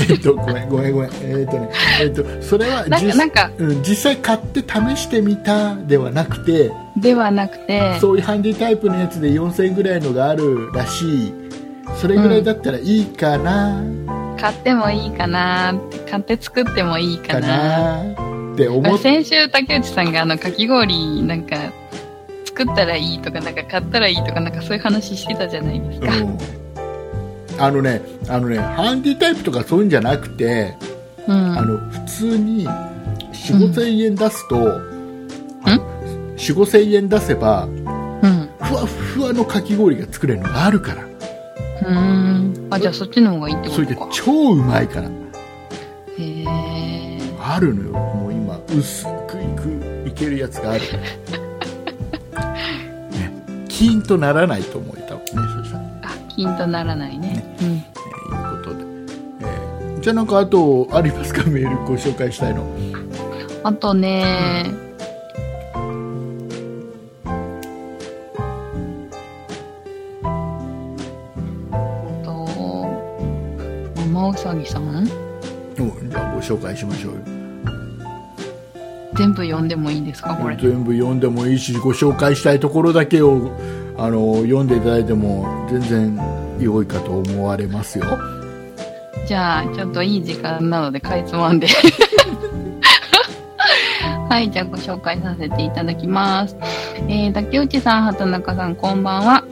Speaker 2: えっと、ごめん、ごめん、ごめん。えっとね、えっと、それは
Speaker 1: なんか、なんか、
Speaker 2: うん、実際買って試してみたではなくて、
Speaker 1: ではなくて、
Speaker 2: そういうハンディタイプのやつで4000円ぐらいのがあるらしいそれぐらいだったらいいかな、
Speaker 1: 買ってもいいかな買って作ってもいいか
Speaker 2: か
Speaker 1: な
Speaker 2: なって思っ
Speaker 1: 先週竹内さんがあのかき氷なんか作ったらいいとかなんか買ったらいいとかなんかそういう話してたじゃないですか、
Speaker 2: うんあのねあのねハンディタイプとかそういうんじゃなくて、
Speaker 1: うん
Speaker 2: あの普通に4 5 0円出すと、4 5千円出せば
Speaker 1: うん
Speaker 2: ふわっふわのかき氷が作れるのがあるから
Speaker 1: うーんあじゃあそっちの方がいいってこ
Speaker 2: それ
Speaker 1: と
Speaker 2: で
Speaker 1: か
Speaker 2: 超うまいから
Speaker 1: へえ
Speaker 2: あるのよもう今薄くいくいけるやつ があるねキーンとならないと思えたわねそしたらね
Speaker 1: あキンとならないね
Speaker 2: えーいうことで、えーじゃあなんかあとありますかメールご紹介したいの
Speaker 1: うんあとねあとママウサギさん
Speaker 2: うんじゃあご紹介しましょうよ
Speaker 1: 全部読んでもいいですかこれ
Speaker 2: 全部読んでもいいしご紹介したいところだけをあの読んでいただいても全然良いかと思われますよ
Speaker 1: じゃあ、ちょっといい時間なので、かいつまんで。 はい、じゃあご紹介させていただきます。えー、竹内さん、畑中さん、こんばんは。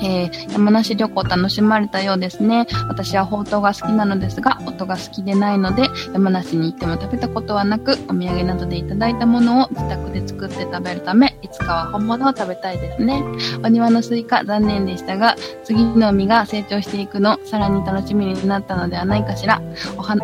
Speaker 1: えー山梨旅行楽しまれたようですね。私はほうとうが好きなのですが、音が好きでないので、山梨に行っても食べたことはなく、お土産などでいただいたものを自宅で作って食べるため、いつかは本物を食べたいですね。お庭のスイカ、残念でしたが、次の実が成長していくの、さらに楽しみになったのではないかしら。おは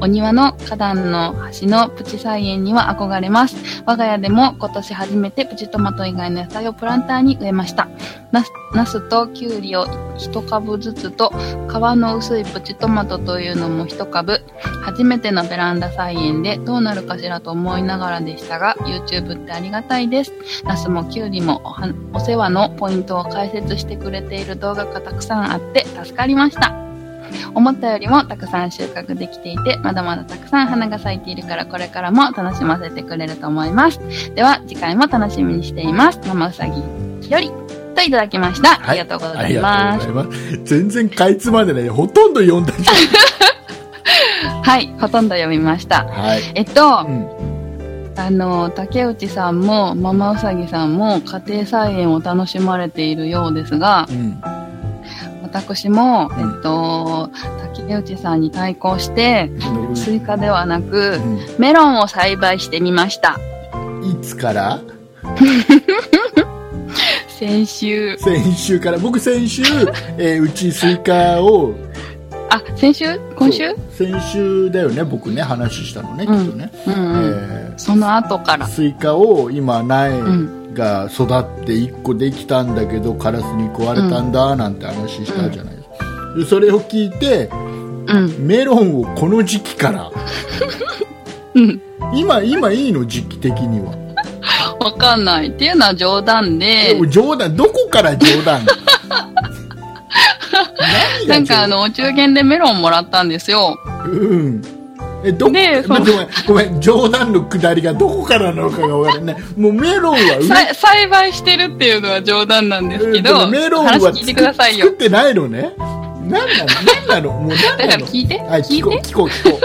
Speaker 1: おお庭の花壇の端のプチ菜園には憧れます。我が家でも今年初めてプチトマト以外の野菜をプランターに植えました。ナスナスとキュウリを一株ずつと、皮の薄いプチトマトというのも一株。初めてのベランダ菜園でどうなるかしらと思いながらでしたが、YouTube ってありがたいです。ナスもキュウリもおはお世話のポイントを解説してくれている動画がたくさんあって助かりました。思ったよりもたくさん収穫できていて、まだまだたくさん花が咲いているからこれからも楽しませてくれると思います。では次回も楽しみにしています。ママうさぎよりといただきました。あ
Speaker 2: はい
Speaker 1: りがとうござ
Speaker 2: あ
Speaker 1: い
Speaker 2: り
Speaker 1: ま
Speaker 2: が
Speaker 1: す
Speaker 2: と。うございます。全然かいつまでね、ほとんど読んだじ
Speaker 1: はい、ほとんど読みました
Speaker 2: ゃん。。はい。
Speaker 1: えっと
Speaker 2: う、ん。
Speaker 1: あの、竹内さんも、ママうさぎさんも、家庭菜園を楽しまれているようですが、
Speaker 2: うん。
Speaker 1: 私も、
Speaker 2: うん
Speaker 1: えっと、竹内さんに対抗して、スイカではなく、
Speaker 2: う
Speaker 1: メロンを栽培してみました。
Speaker 2: んいつから
Speaker 1: 先週。
Speaker 2: 先週から。僕先週、えーうちスイカを、
Speaker 1: あ、先週今週う
Speaker 2: そう先週だよね、僕ね、話したのね、きっと
Speaker 1: うん
Speaker 2: ね。
Speaker 1: ん
Speaker 2: え
Speaker 1: うん。
Speaker 2: ー
Speaker 1: その後から。
Speaker 2: スイカを今苗
Speaker 1: ん
Speaker 2: が育って1個できたんだけどカラスに食われたんだなんて話したじゃないですか、でそれを聞いて
Speaker 1: うん。
Speaker 2: メロンをこの時期から
Speaker 1: うん。
Speaker 2: 今今いいの時期的には、
Speaker 1: わかんない。っていうのは冗談で
Speaker 2: でも、冗談どこから冗 談何が
Speaker 1: な
Speaker 2: 冗談
Speaker 1: んかあの、お中元でメロンもらったんですよ。
Speaker 2: うんえどこ
Speaker 1: でその
Speaker 2: まごめんごめん冗談の下りがどこからなのかが分からないもうメロンはう
Speaker 1: さ栽培してるっていうのは冗談なんですけど、
Speaker 2: うんでもメロンは
Speaker 1: 話聞いてくださいよ
Speaker 2: 作。ってないのね何なの何なのもう
Speaker 1: だ
Speaker 2: 何
Speaker 1: か
Speaker 2: な
Speaker 1: ら
Speaker 2: の
Speaker 1: 聞いて、
Speaker 2: はい、
Speaker 1: 聞い
Speaker 2: 聞こう
Speaker 1: て、
Speaker 2: 聞こう聞こ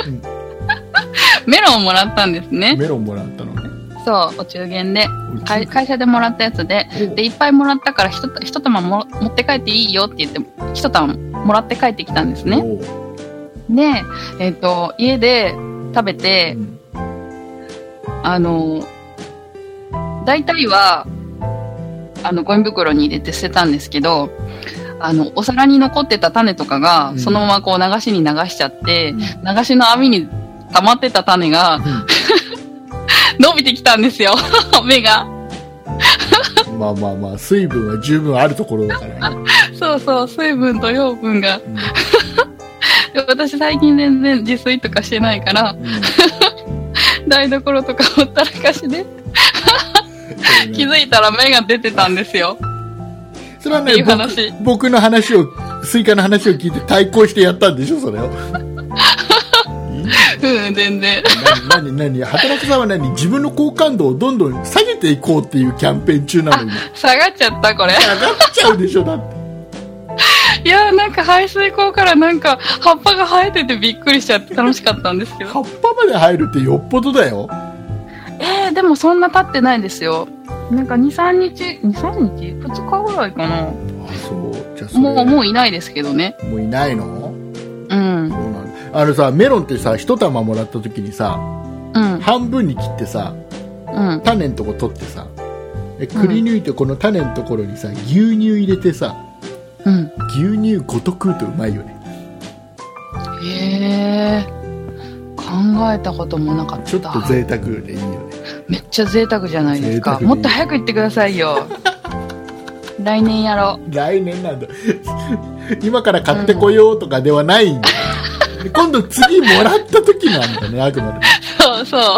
Speaker 2: う、
Speaker 1: メロンもらったんです
Speaker 2: うん
Speaker 1: ね。
Speaker 2: メロンもらったのね
Speaker 1: そう、お中元で。
Speaker 2: うち
Speaker 1: 会会社でもらったやつで、で、いっぱいもらったから、ひとひと玉も持って帰っていいよって言って、ひと玉もらって帰ってきたんですね。
Speaker 2: おう
Speaker 1: で、えっ、と、家で食べて、
Speaker 2: うん
Speaker 1: あの、大体は、あの、ゴミ袋に入れて捨てたんですけど、あの、お皿に残ってた種とかが
Speaker 2: う、ん
Speaker 1: そのままこう流しに流しちゃって、
Speaker 2: うん
Speaker 1: 流しの網に溜まってた種が伸びてきたんですよ、 芽が。
Speaker 2: まあまあまあ水分は十分あるところだからね、
Speaker 1: そうそう、水分と養分が。
Speaker 2: うん
Speaker 1: で私最近全然自炊とかしてないから、
Speaker 2: うん
Speaker 1: 台所とかほったらかしで、気 づいたら芽が出てたんですよ。
Speaker 2: それは
Speaker 1: っ
Speaker 2: ね
Speaker 1: ていう話
Speaker 2: 僕僕の話をスイカの話を聞いて対抗してやったんでしょそれを
Speaker 1: うん、全然。
Speaker 2: 何何何働くさんは何自分の好感度をどんどん下げていこうっていうキャンペーン中なのに
Speaker 1: 下がっちゃった、これ。
Speaker 2: 上がっちゃうでしょだって
Speaker 1: いやーなんか排水溝からなんか葉っぱが生えててびっくりしちゃって楽しかったんですけど。
Speaker 2: 葉っぱまで入るってよっぽどだよ
Speaker 1: えー、でもそんな経ってないですよ。なんか2、3日、2、3日 ?2 日ぐらいかな。
Speaker 2: あそうじゃあそれ
Speaker 1: もう、もういないですけどね。
Speaker 2: もういないの
Speaker 1: うん。
Speaker 2: そうなんだあのさメロンってさ一玉もらった時にさ
Speaker 1: うん。
Speaker 2: 半分に切ってさ
Speaker 1: うん。
Speaker 2: 種のとこ取ってさでくり抜いてこの種のところにさ牛乳入れてさ
Speaker 1: うん。
Speaker 2: 牛乳ごと食うとうまいよね
Speaker 1: へえー。考えたこともなかった。
Speaker 2: ちょっと贅沢でいいよね
Speaker 1: めっちゃ贅沢じゃないです
Speaker 2: 贅
Speaker 1: か。
Speaker 2: 沢でいい
Speaker 1: もっと早く言ってください よ。来年やろ
Speaker 2: 来年なんだ 今から買ってこようとかではない んだ、で今度次もらった時なんだねあくまでも
Speaker 1: う。そうそ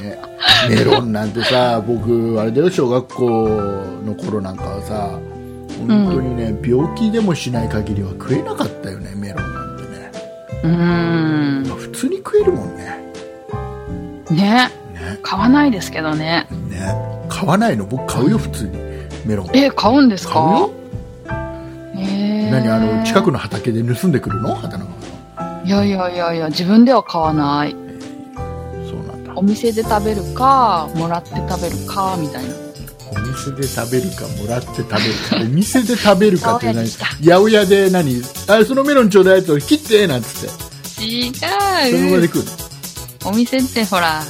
Speaker 1: う。
Speaker 2: ね、メロンなん てさ僕あれだよ小学校の頃なんかはさ本当にね、病気でもしない限りは食えなかったよねメロンなんてね
Speaker 1: うーん。
Speaker 2: 普通に食えるもんね
Speaker 1: ね。
Speaker 2: ね
Speaker 1: 買わないですけどね。
Speaker 2: ね買わないの僕買うよ普通にメロン
Speaker 1: え、買うんですか
Speaker 2: 買うよ
Speaker 1: えー、
Speaker 2: 何あの近くの畑で盗んでくるの畑の
Speaker 1: いやいやいやいや自分では買わない
Speaker 2: そうなんだ
Speaker 1: お店で食べるかもらって食べるかみたいな
Speaker 2: お店で食べるかもらって食べるかお店で食べるかっ ていう何
Speaker 1: 八百
Speaker 2: 八百屋で何あそのメロンちょうだいと切ってなんつってそのまま
Speaker 1: 違う。
Speaker 2: で食う
Speaker 1: お店ってほら、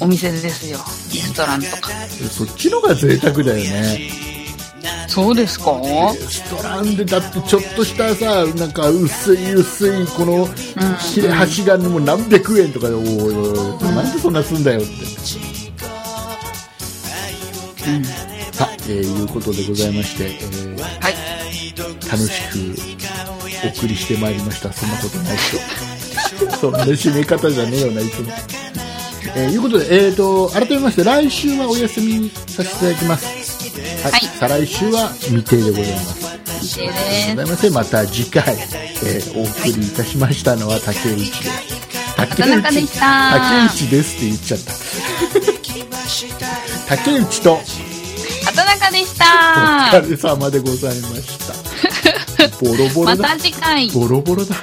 Speaker 1: お店ですよ。レストランとか。
Speaker 2: のそっちのが贅沢だよね
Speaker 1: そうですか
Speaker 2: レストランでだってちょっとしたさなんか薄い薄いこの切れ端がもう何百円とかでおいおいおいなんでそんなすんだよって、さあ、えーいうことでございまして、えー
Speaker 1: はい。
Speaker 2: 楽しくお送りしてまいりましたそんなことないとそんな締め方じゃねえよないつもえーいうことで、えー、と改めまして来週はお休みにさせていただきますはい、
Speaker 1: はい
Speaker 2: 再来週は未定でございます
Speaker 1: 未定
Speaker 2: ござ
Speaker 1: で
Speaker 2: いませんまた次回、えーお送りいたしましたのは竹内です竹
Speaker 1: 畑中でした
Speaker 2: 竹内ですって言っちゃった 竹内と
Speaker 1: す。畑中でし
Speaker 2: お
Speaker 1: た。
Speaker 2: 疲れ様でございましたボロボ ロ
Speaker 1: ま
Speaker 2: だ
Speaker 1: た次回。
Speaker 2: ボロボロだ